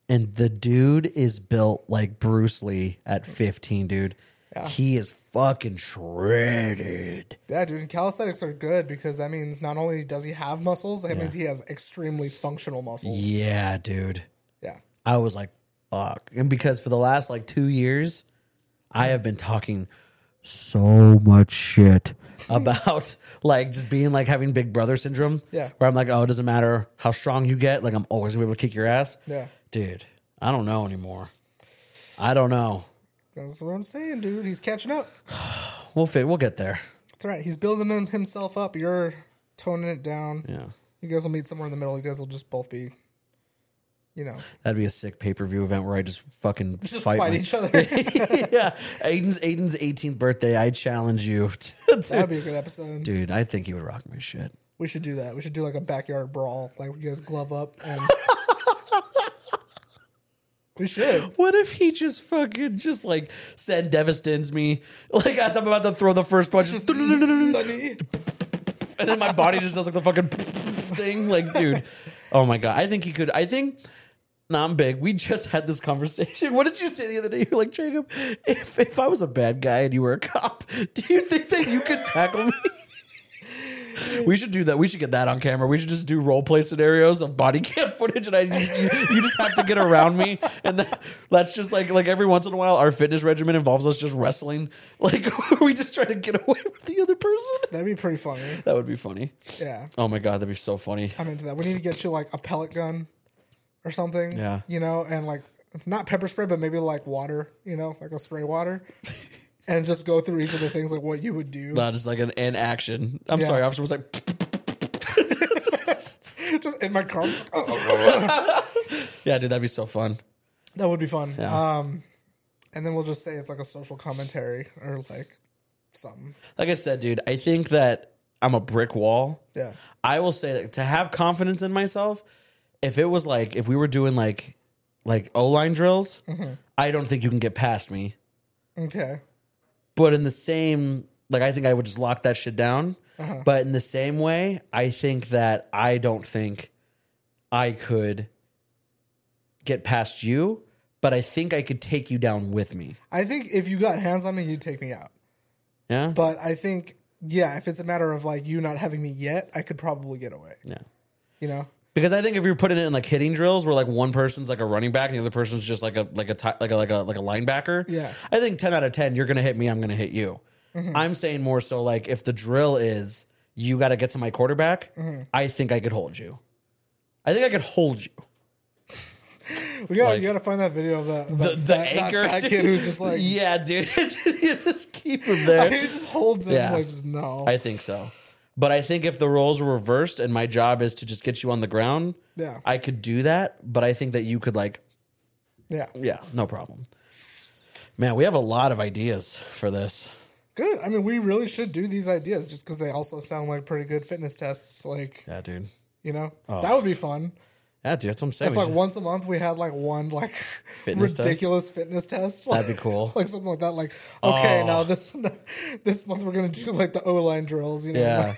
Speaker 4: and the dude is built like Bruce Lee at 15, dude. He is fucking shredded.
Speaker 5: Yeah, dude, and calisthenics are good because that means not only does he have muscles, that means he has extremely functional muscles. Yeah.
Speaker 4: Yeah, dude. I was like, fuck. And because for the last like two years, I have been talking so much shit about like just being like having big brother syndrome.
Speaker 5: Yeah.
Speaker 4: Where I'm like, oh, it doesn't matter how strong you get. Like, I'm always gonna be able to kick your ass.
Speaker 5: Yeah.
Speaker 4: Dude, I don't know anymore. I don't know.
Speaker 5: That's what I'm saying, dude. He's catching up.
Speaker 4: We'll fit. We'll get there.
Speaker 5: That's right. He's building him- himself up. You're toning it down.
Speaker 4: Yeah.
Speaker 5: You guys will meet somewhere in the middle. You guys will just both be, you know,
Speaker 4: That'd be a sick pay per view event where I just fucking
Speaker 5: just
Speaker 4: fight,
Speaker 5: fight,
Speaker 4: my-
Speaker 5: each other.
Speaker 4: yeah. Aiden's Aiden's 18th birthday. I challenge you. to-
Speaker 5: That'd be a good episode.
Speaker 4: dude, I think he would rock my shit.
Speaker 5: We should do that. We should do like a backyard brawl. Like you guys glove up and. we should.
Speaker 4: What if he just fucking just like send devastates me like as I'm about to throw the first punch, just and then my body just does like the fucking thing, like dude. Oh my god, I think he could. I think. Nah, I'm big. We just had this conversation. What did you say the other day? You're like Jacob, if if I was a bad guy and you were a cop, do you think that you could tackle me? We should do that. We should get that on camera. We should just do role play scenarios of body cam footage, and I you, you just have to get around me, and that, that's just like like every once in a while, our fitness regimen involves us just wrestling. Like we just try to get away with the other person.
Speaker 5: That'd be pretty funny.
Speaker 4: That would be funny.
Speaker 5: Yeah.
Speaker 4: Oh my god, that'd be so funny.
Speaker 5: I'm into that. We need to get you like a pellet gun or something.
Speaker 4: Yeah.
Speaker 5: You know, and like not pepper spray, but maybe like water, you know, like a spray water. and just go through each of the things like what you would do.
Speaker 4: Not just like an in action. I'm
Speaker 5: Yeah.
Speaker 4: sorry, officer was like,
Speaker 5: just in my car.
Speaker 4: yeah, dude, that'd be so fun.
Speaker 5: that would be fun. Um and then we'll just say it's like a social commentary or like something.
Speaker 4: Like I said, dude, I think that I'm a brick wall.
Speaker 5: Yeah.
Speaker 4: I will say that to have confidence in myself, if it was like if we were doing like like O line drills,
Speaker 5: Mm-hmm.
Speaker 4: I don't think you can get past me.
Speaker 5: Okay.
Speaker 4: But in the same like I think I would just lock that shit down. But in the same way, I think that I don't think I could get past you, but I think I could take you down with me.
Speaker 5: I think if you got hands on me, you'd take me out.
Speaker 4: Yeah?
Speaker 5: But I think yeah, if it's a matter of like you not having me yet, I could probably get away.
Speaker 4: yeah.
Speaker 5: You know?
Speaker 4: Because I think if you're putting it in like hitting drills, where like one person's like a running back and the other person's just like a like a ti- like a like a like a linebacker.
Speaker 5: Yeah. Mm-hmm.
Speaker 4: I think ten out of ten, you're gonna hit me. I'm gonna hit you. I'm saying more so like if the drill is you got to get to my quarterback.
Speaker 5: Mm-hmm.
Speaker 4: I think I could hold you. I think I could hold you.
Speaker 5: We gotta,
Speaker 4: Like-
Speaker 5: you gotta find that video of that,
Speaker 4: The the
Speaker 5: that, fat, that
Speaker 4: anchor
Speaker 5: fat
Speaker 4: dude.
Speaker 5: kid who's just like,
Speaker 4: yeah, dude, You just keep him
Speaker 5: he
Speaker 4: there.
Speaker 5: just holds him
Speaker 4: Yeah.
Speaker 5: like, just, no.
Speaker 4: I think so. But I think if the roles were reversed and my job is to just get you on the ground,
Speaker 5: yeah,
Speaker 4: I could do that. But I think that you could like
Speaker 5: yeah,
Speaker 4: Yeah, no problem. Man, we have a lot of ideas for this.
Speaker 5: good. I mean, we really should do these ideas just because they also sound like pretty good fitness tests. Like,
Speaker 4: Yeah, dude.
Speaker 5: you know,
Speaker 4: Oh.
Speaker 5: that would be fun.
Speaker 4: Yeah, dude. That's what I'm saying.
Speaker 5: If
Speaker 4: We
Speaker 5: like
Speaker 4: should-
Speaker 5: once a month we had like one like
Speaker 4: Fitness test?
Speaker 5: ridiculous fitness test,
Speaker 4: That'd
Speaker 5: like-
Speaker 4: be cool.
Speaker 5: like something like that. Like, okay,
Speaker 4: Oh.
Speaker 5: now this this month we're gonna do like the O line drills. You know,
Speaker 4: yeah.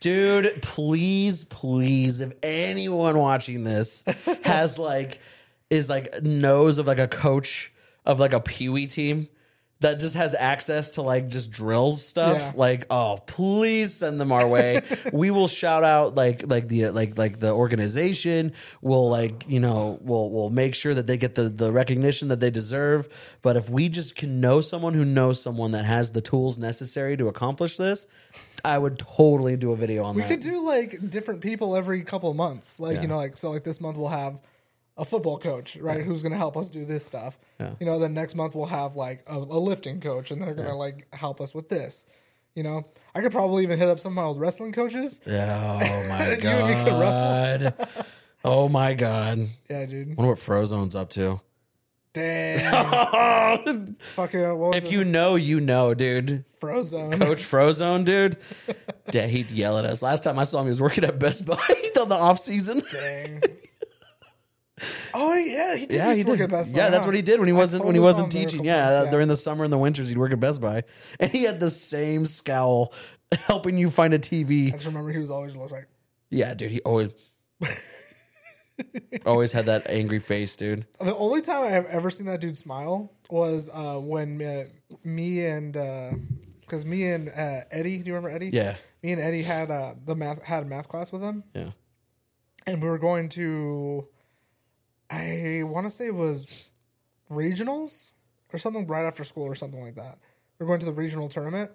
Speaker 4: dude, please, please, if anyone watching this has like is like knows of like a coach of like a Pee Wee team that just has access to like just drills stuff,
Speaker 5: Yeah.
Speaker 4: like, oh, please send them our way. we will shout out like like the like like the organization. We'll like, you know, we'll we'll make sure that they get the the recognition that they deserve. But if we just can know someone who knows someone that has the tools necessary to accomplish this, I would totally do a video on
Speaker 5: We
Speaker 4: that.
Speaker 5: could do like different people every couple of months. Like,
Speaker 4: Yeah.
Speaker 5: you know, like, so like this month we'll have a football coach, right? Who's going to help us do this stuff. You know, then next month we'll have like a, a lifting coach and they're going to like help us with this. You know, I could probably even hit up some of my old wrestling coaches.
Speaker 4: Oh my
Speaker 5: You and me could
Speaker 4: god. oh my god.
Speaker 5: Yeah, dude.
Speaker 4: Wonder what Frozone's up to.
Speaker 5: Damn. Fucking, what was
Speaker 4: if you know, you know, dude.
Speaker 5: Frozen.
Speaker 4: Coach Frozone, dude. Yeah, he'd yell at us. Last time I saw him, he was working at Best Buy on the off season.
Speaker 5: Dang. Oh yeah, he did.
Speaker 4: Yeah,
Speaker 5: used
Speaker 4: he
Speaker 5: to work
Speaker 4: did.
Speaker 5: at Best Buy,
Speaker 4: yeah, that's
Speaker 5: huh?
Speaker 4: what he did when he
Speaker 5: I
Speaker 4: wasn't when he
Speaker 5: totally saw
Speaker 4: wasn't
Speaker 5: him there a
Speaker 4: teaching.
Speaker 5: couple
Speaker 4: Yeah,
Speaker 5: times,
Speaker 4: during the summer and the winters, he'd work at Best Buy, and he had the same scowl helping you find a
Speaker 5: I
Speaker 4: TV.
Speaker 5: just remember he was always like,
Speaker 4: Yeah, dude, he always. Always had that angry face, dude.
Speaker 5: The only time I have ever seen that dude smile was uh, when uh, me and because me and uh, Eddie, do you remember Eddie?
Speaker 4: Yeah.
Speaker 5: Me and Eddie had uh, the math had a math class with him,
Speaker 4: Yeah.
Speaker 5: and we were going to, I want to say it was regionals or something right after school or something like that. We are going to the regional tournament,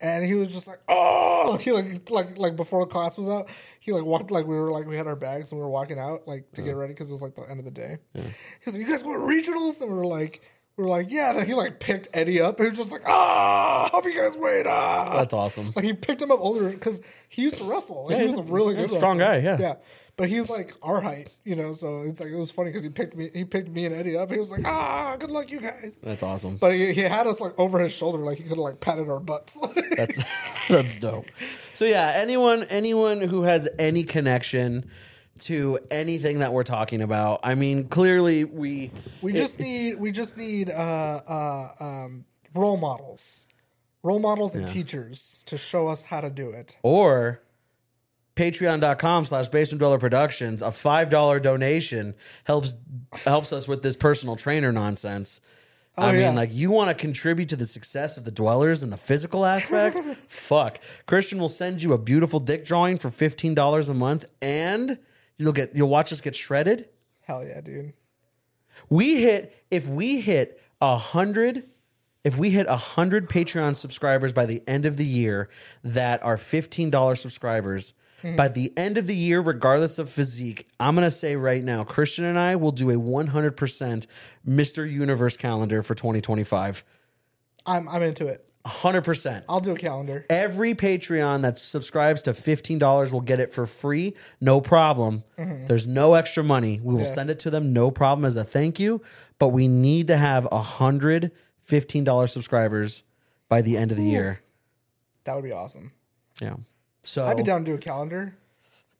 Speaker 5: and he was just like, "Oh!" Like, he like like like before class was out, he like walked like we were like we had our bags and we were walking out like to get ready because it was like the end of the day. He was like, "You guys going to regionals?" And we were like. We were like, yeah. And then he like picked Eddie up. And he was just like, ah, hope you guys wait. Ah,
Speaker 4: That's awesome.
Speaker 5: like he picked him up older because he used to wrestle. Like,
Speaker 4: Yeah,
Speaker 5: he was
Speaker 4: he's
Speaker 5: a
Speaker 4: a-
Speaker 5: really
Speaker 4: he's
Speaker 5: good
Speaker 4: a strong
Speaker 5: wrestler.
Speaker 4: guy, yeah.
Speaker 5: yeah. But he's like our height, you know. So it's like it was funny because he picked me. He picked me and Eddie up. He was like, "Ah, good luck, you guys."
Speaker 4: That's awesome.
Speaker 5: But he, he had us like over his shoulder, like he could have like patted our butts.
Speaker 4: That's that's dope. So yeah, anyone anyone who has any connection to anything that we're talking about, I mean, clearly we
Speaker 5: we just need we just need uh, uh, um, role models, role models and teachers to show us how to do it.
Speaker 4: or patreon.com slash basement dweller productions a five dollar donation helps helps us with this personal trainer nonsense i mean
Speaker 5: yeah.
Speaker 4: like you want to contribute to the success of the dwellers and the physical aspect fuck christian will send you a beautiful dick drawing for $15 a month and you'll get you'll watch us get shredded
Speaker 5: Hell yeah, dude!
Speaker 4: we hit if we hit a hundred if we hit a hundred Patreon subscribers by the end of the year that are fifteen dollar subscribers, by the end of the year, regardless of physique, I'm gonna say right now, Christian and I will do a one hundred percent Mr. Universe calendar for 2025.
Speaker 5: I'm I'm into it.
Speaker 4: hundred percent.
Speaker 5: I'll do a calendar.
Speaker 4: Every Patreon that subscribes to $15 will get it for free, no problem.
Speaker 5: Mm-hmm.
Speaker 4: There's no extra money. We will send it to them, no problem, as a thank you. But we need to have a hundred fifteen dollars subscribers by the end of the year.
Speaker 5: That would be awesome.
Speaker 4: Yeah. So
Speaker 5: I'd be down to do a calendar.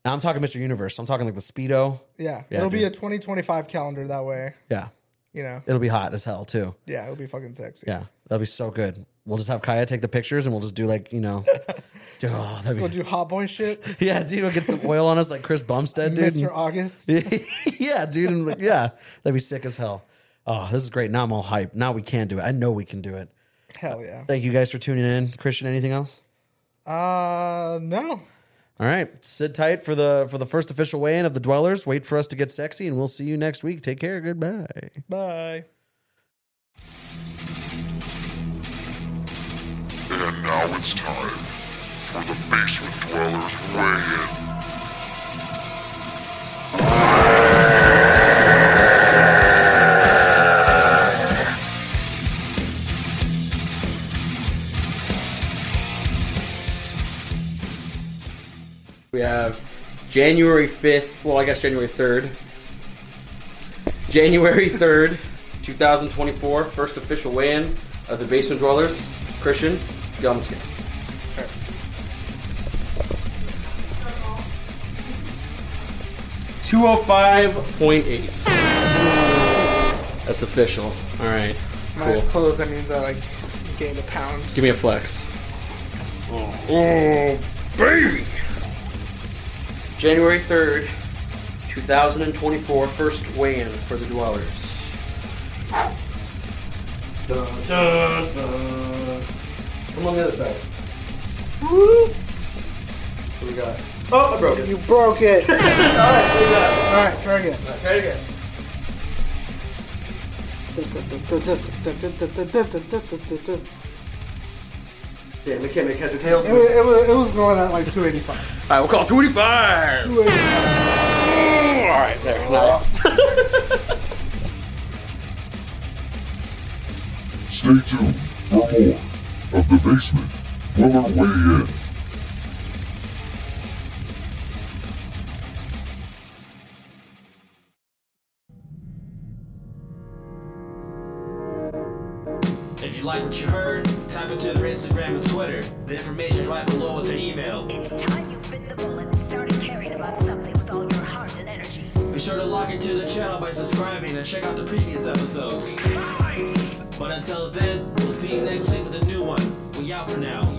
Speaker 4: Now I'm talking Mr. Universe. I'm talking like the Speedo.
Speaker 5: Yeah,
Speaker 4: Yeah,
Speaker 5: it'll be
Speaker 4: dude.
Speaker 5: a 2025 calendar that way.
Speaker 4: Yeah.
Speaker 5: You know,
Speaker 4: It'll be hot as hell, too.
Speaker 5: yeah, it'll be fucking sexy.
Speaker 4: Yeah. That'll be so good. We'll just have Kaya take the pictures and we'll just do like, you know, Dude, oh, that'd
Speaker 5: Go
Speaker 4: be,
Speaker 5: do hot boy shit,
Speaker 4: yeah, dude, we'll get some oil on us like Chris Bumstead, dude. and-
Speaker 5: Mr. August.
Speaker 4: yeah, dude. And like, yeah, that'd be sick as hell. Oh, this is great. Now I'm all hype. Now we can do it. I know we can do it.
Speaker 5: Hell yeah.
Speaker 4: Thank you guys for tuning in. Christian, anything else?
Speaker 5: Uh, no.
Speaker 4: All right. Sit tight for the for the first official weigh-in of the dwellers. Wait for us to get sexy and we'll see you next week. Take care. Goodbye.
Speaker 5: Bye.
Speaker 6: And now it's time for the Basement Dwellers Weigh In.
Speaker 7: We have January 5th, well, I guess January 3rd. January 3rd, 2024, first official weigh in of the Basement Dwellers. Christian, get on the scale. Two oh five point eight. That's official. All right.
Speaker 5: My eyes
Speaker 7: Cool.
Speaker 5: closed. That means I like gained a pound.
Speaker 7: Give me a flex. January 3rd, 2024, first weigh in for the dwellers. Dun, dun, dun. Come on the other side. What we got? Oh, I broke it.
Speaker 5: You broke it. All
Speaker 7: Alright, what do we got?
Speaker 5: right, try again.
Speaker 7: Alright, try it again.
Speaker 5: It
Speaker 7: Yeah, we can't make heads or tails.
Speaker 5: was, it was, it was going at like 285.
Speaker 7: Alright, we'll call 25! Alright, there. Nice.
Speaker 6: Stay tuned for more of the basement. Weller weigh in.
Speaker 1: If you like what you heard, type into their Instagram and Twitter. The information's right below with their email.
Speaker 8: It's time you bit the bullet and started caring about something with all your heart and energy.
Speaker 1: Be sure to log into the channel by subscribing and check out the previous episodes. But until then, we'll see you next week with a new one. We out for now.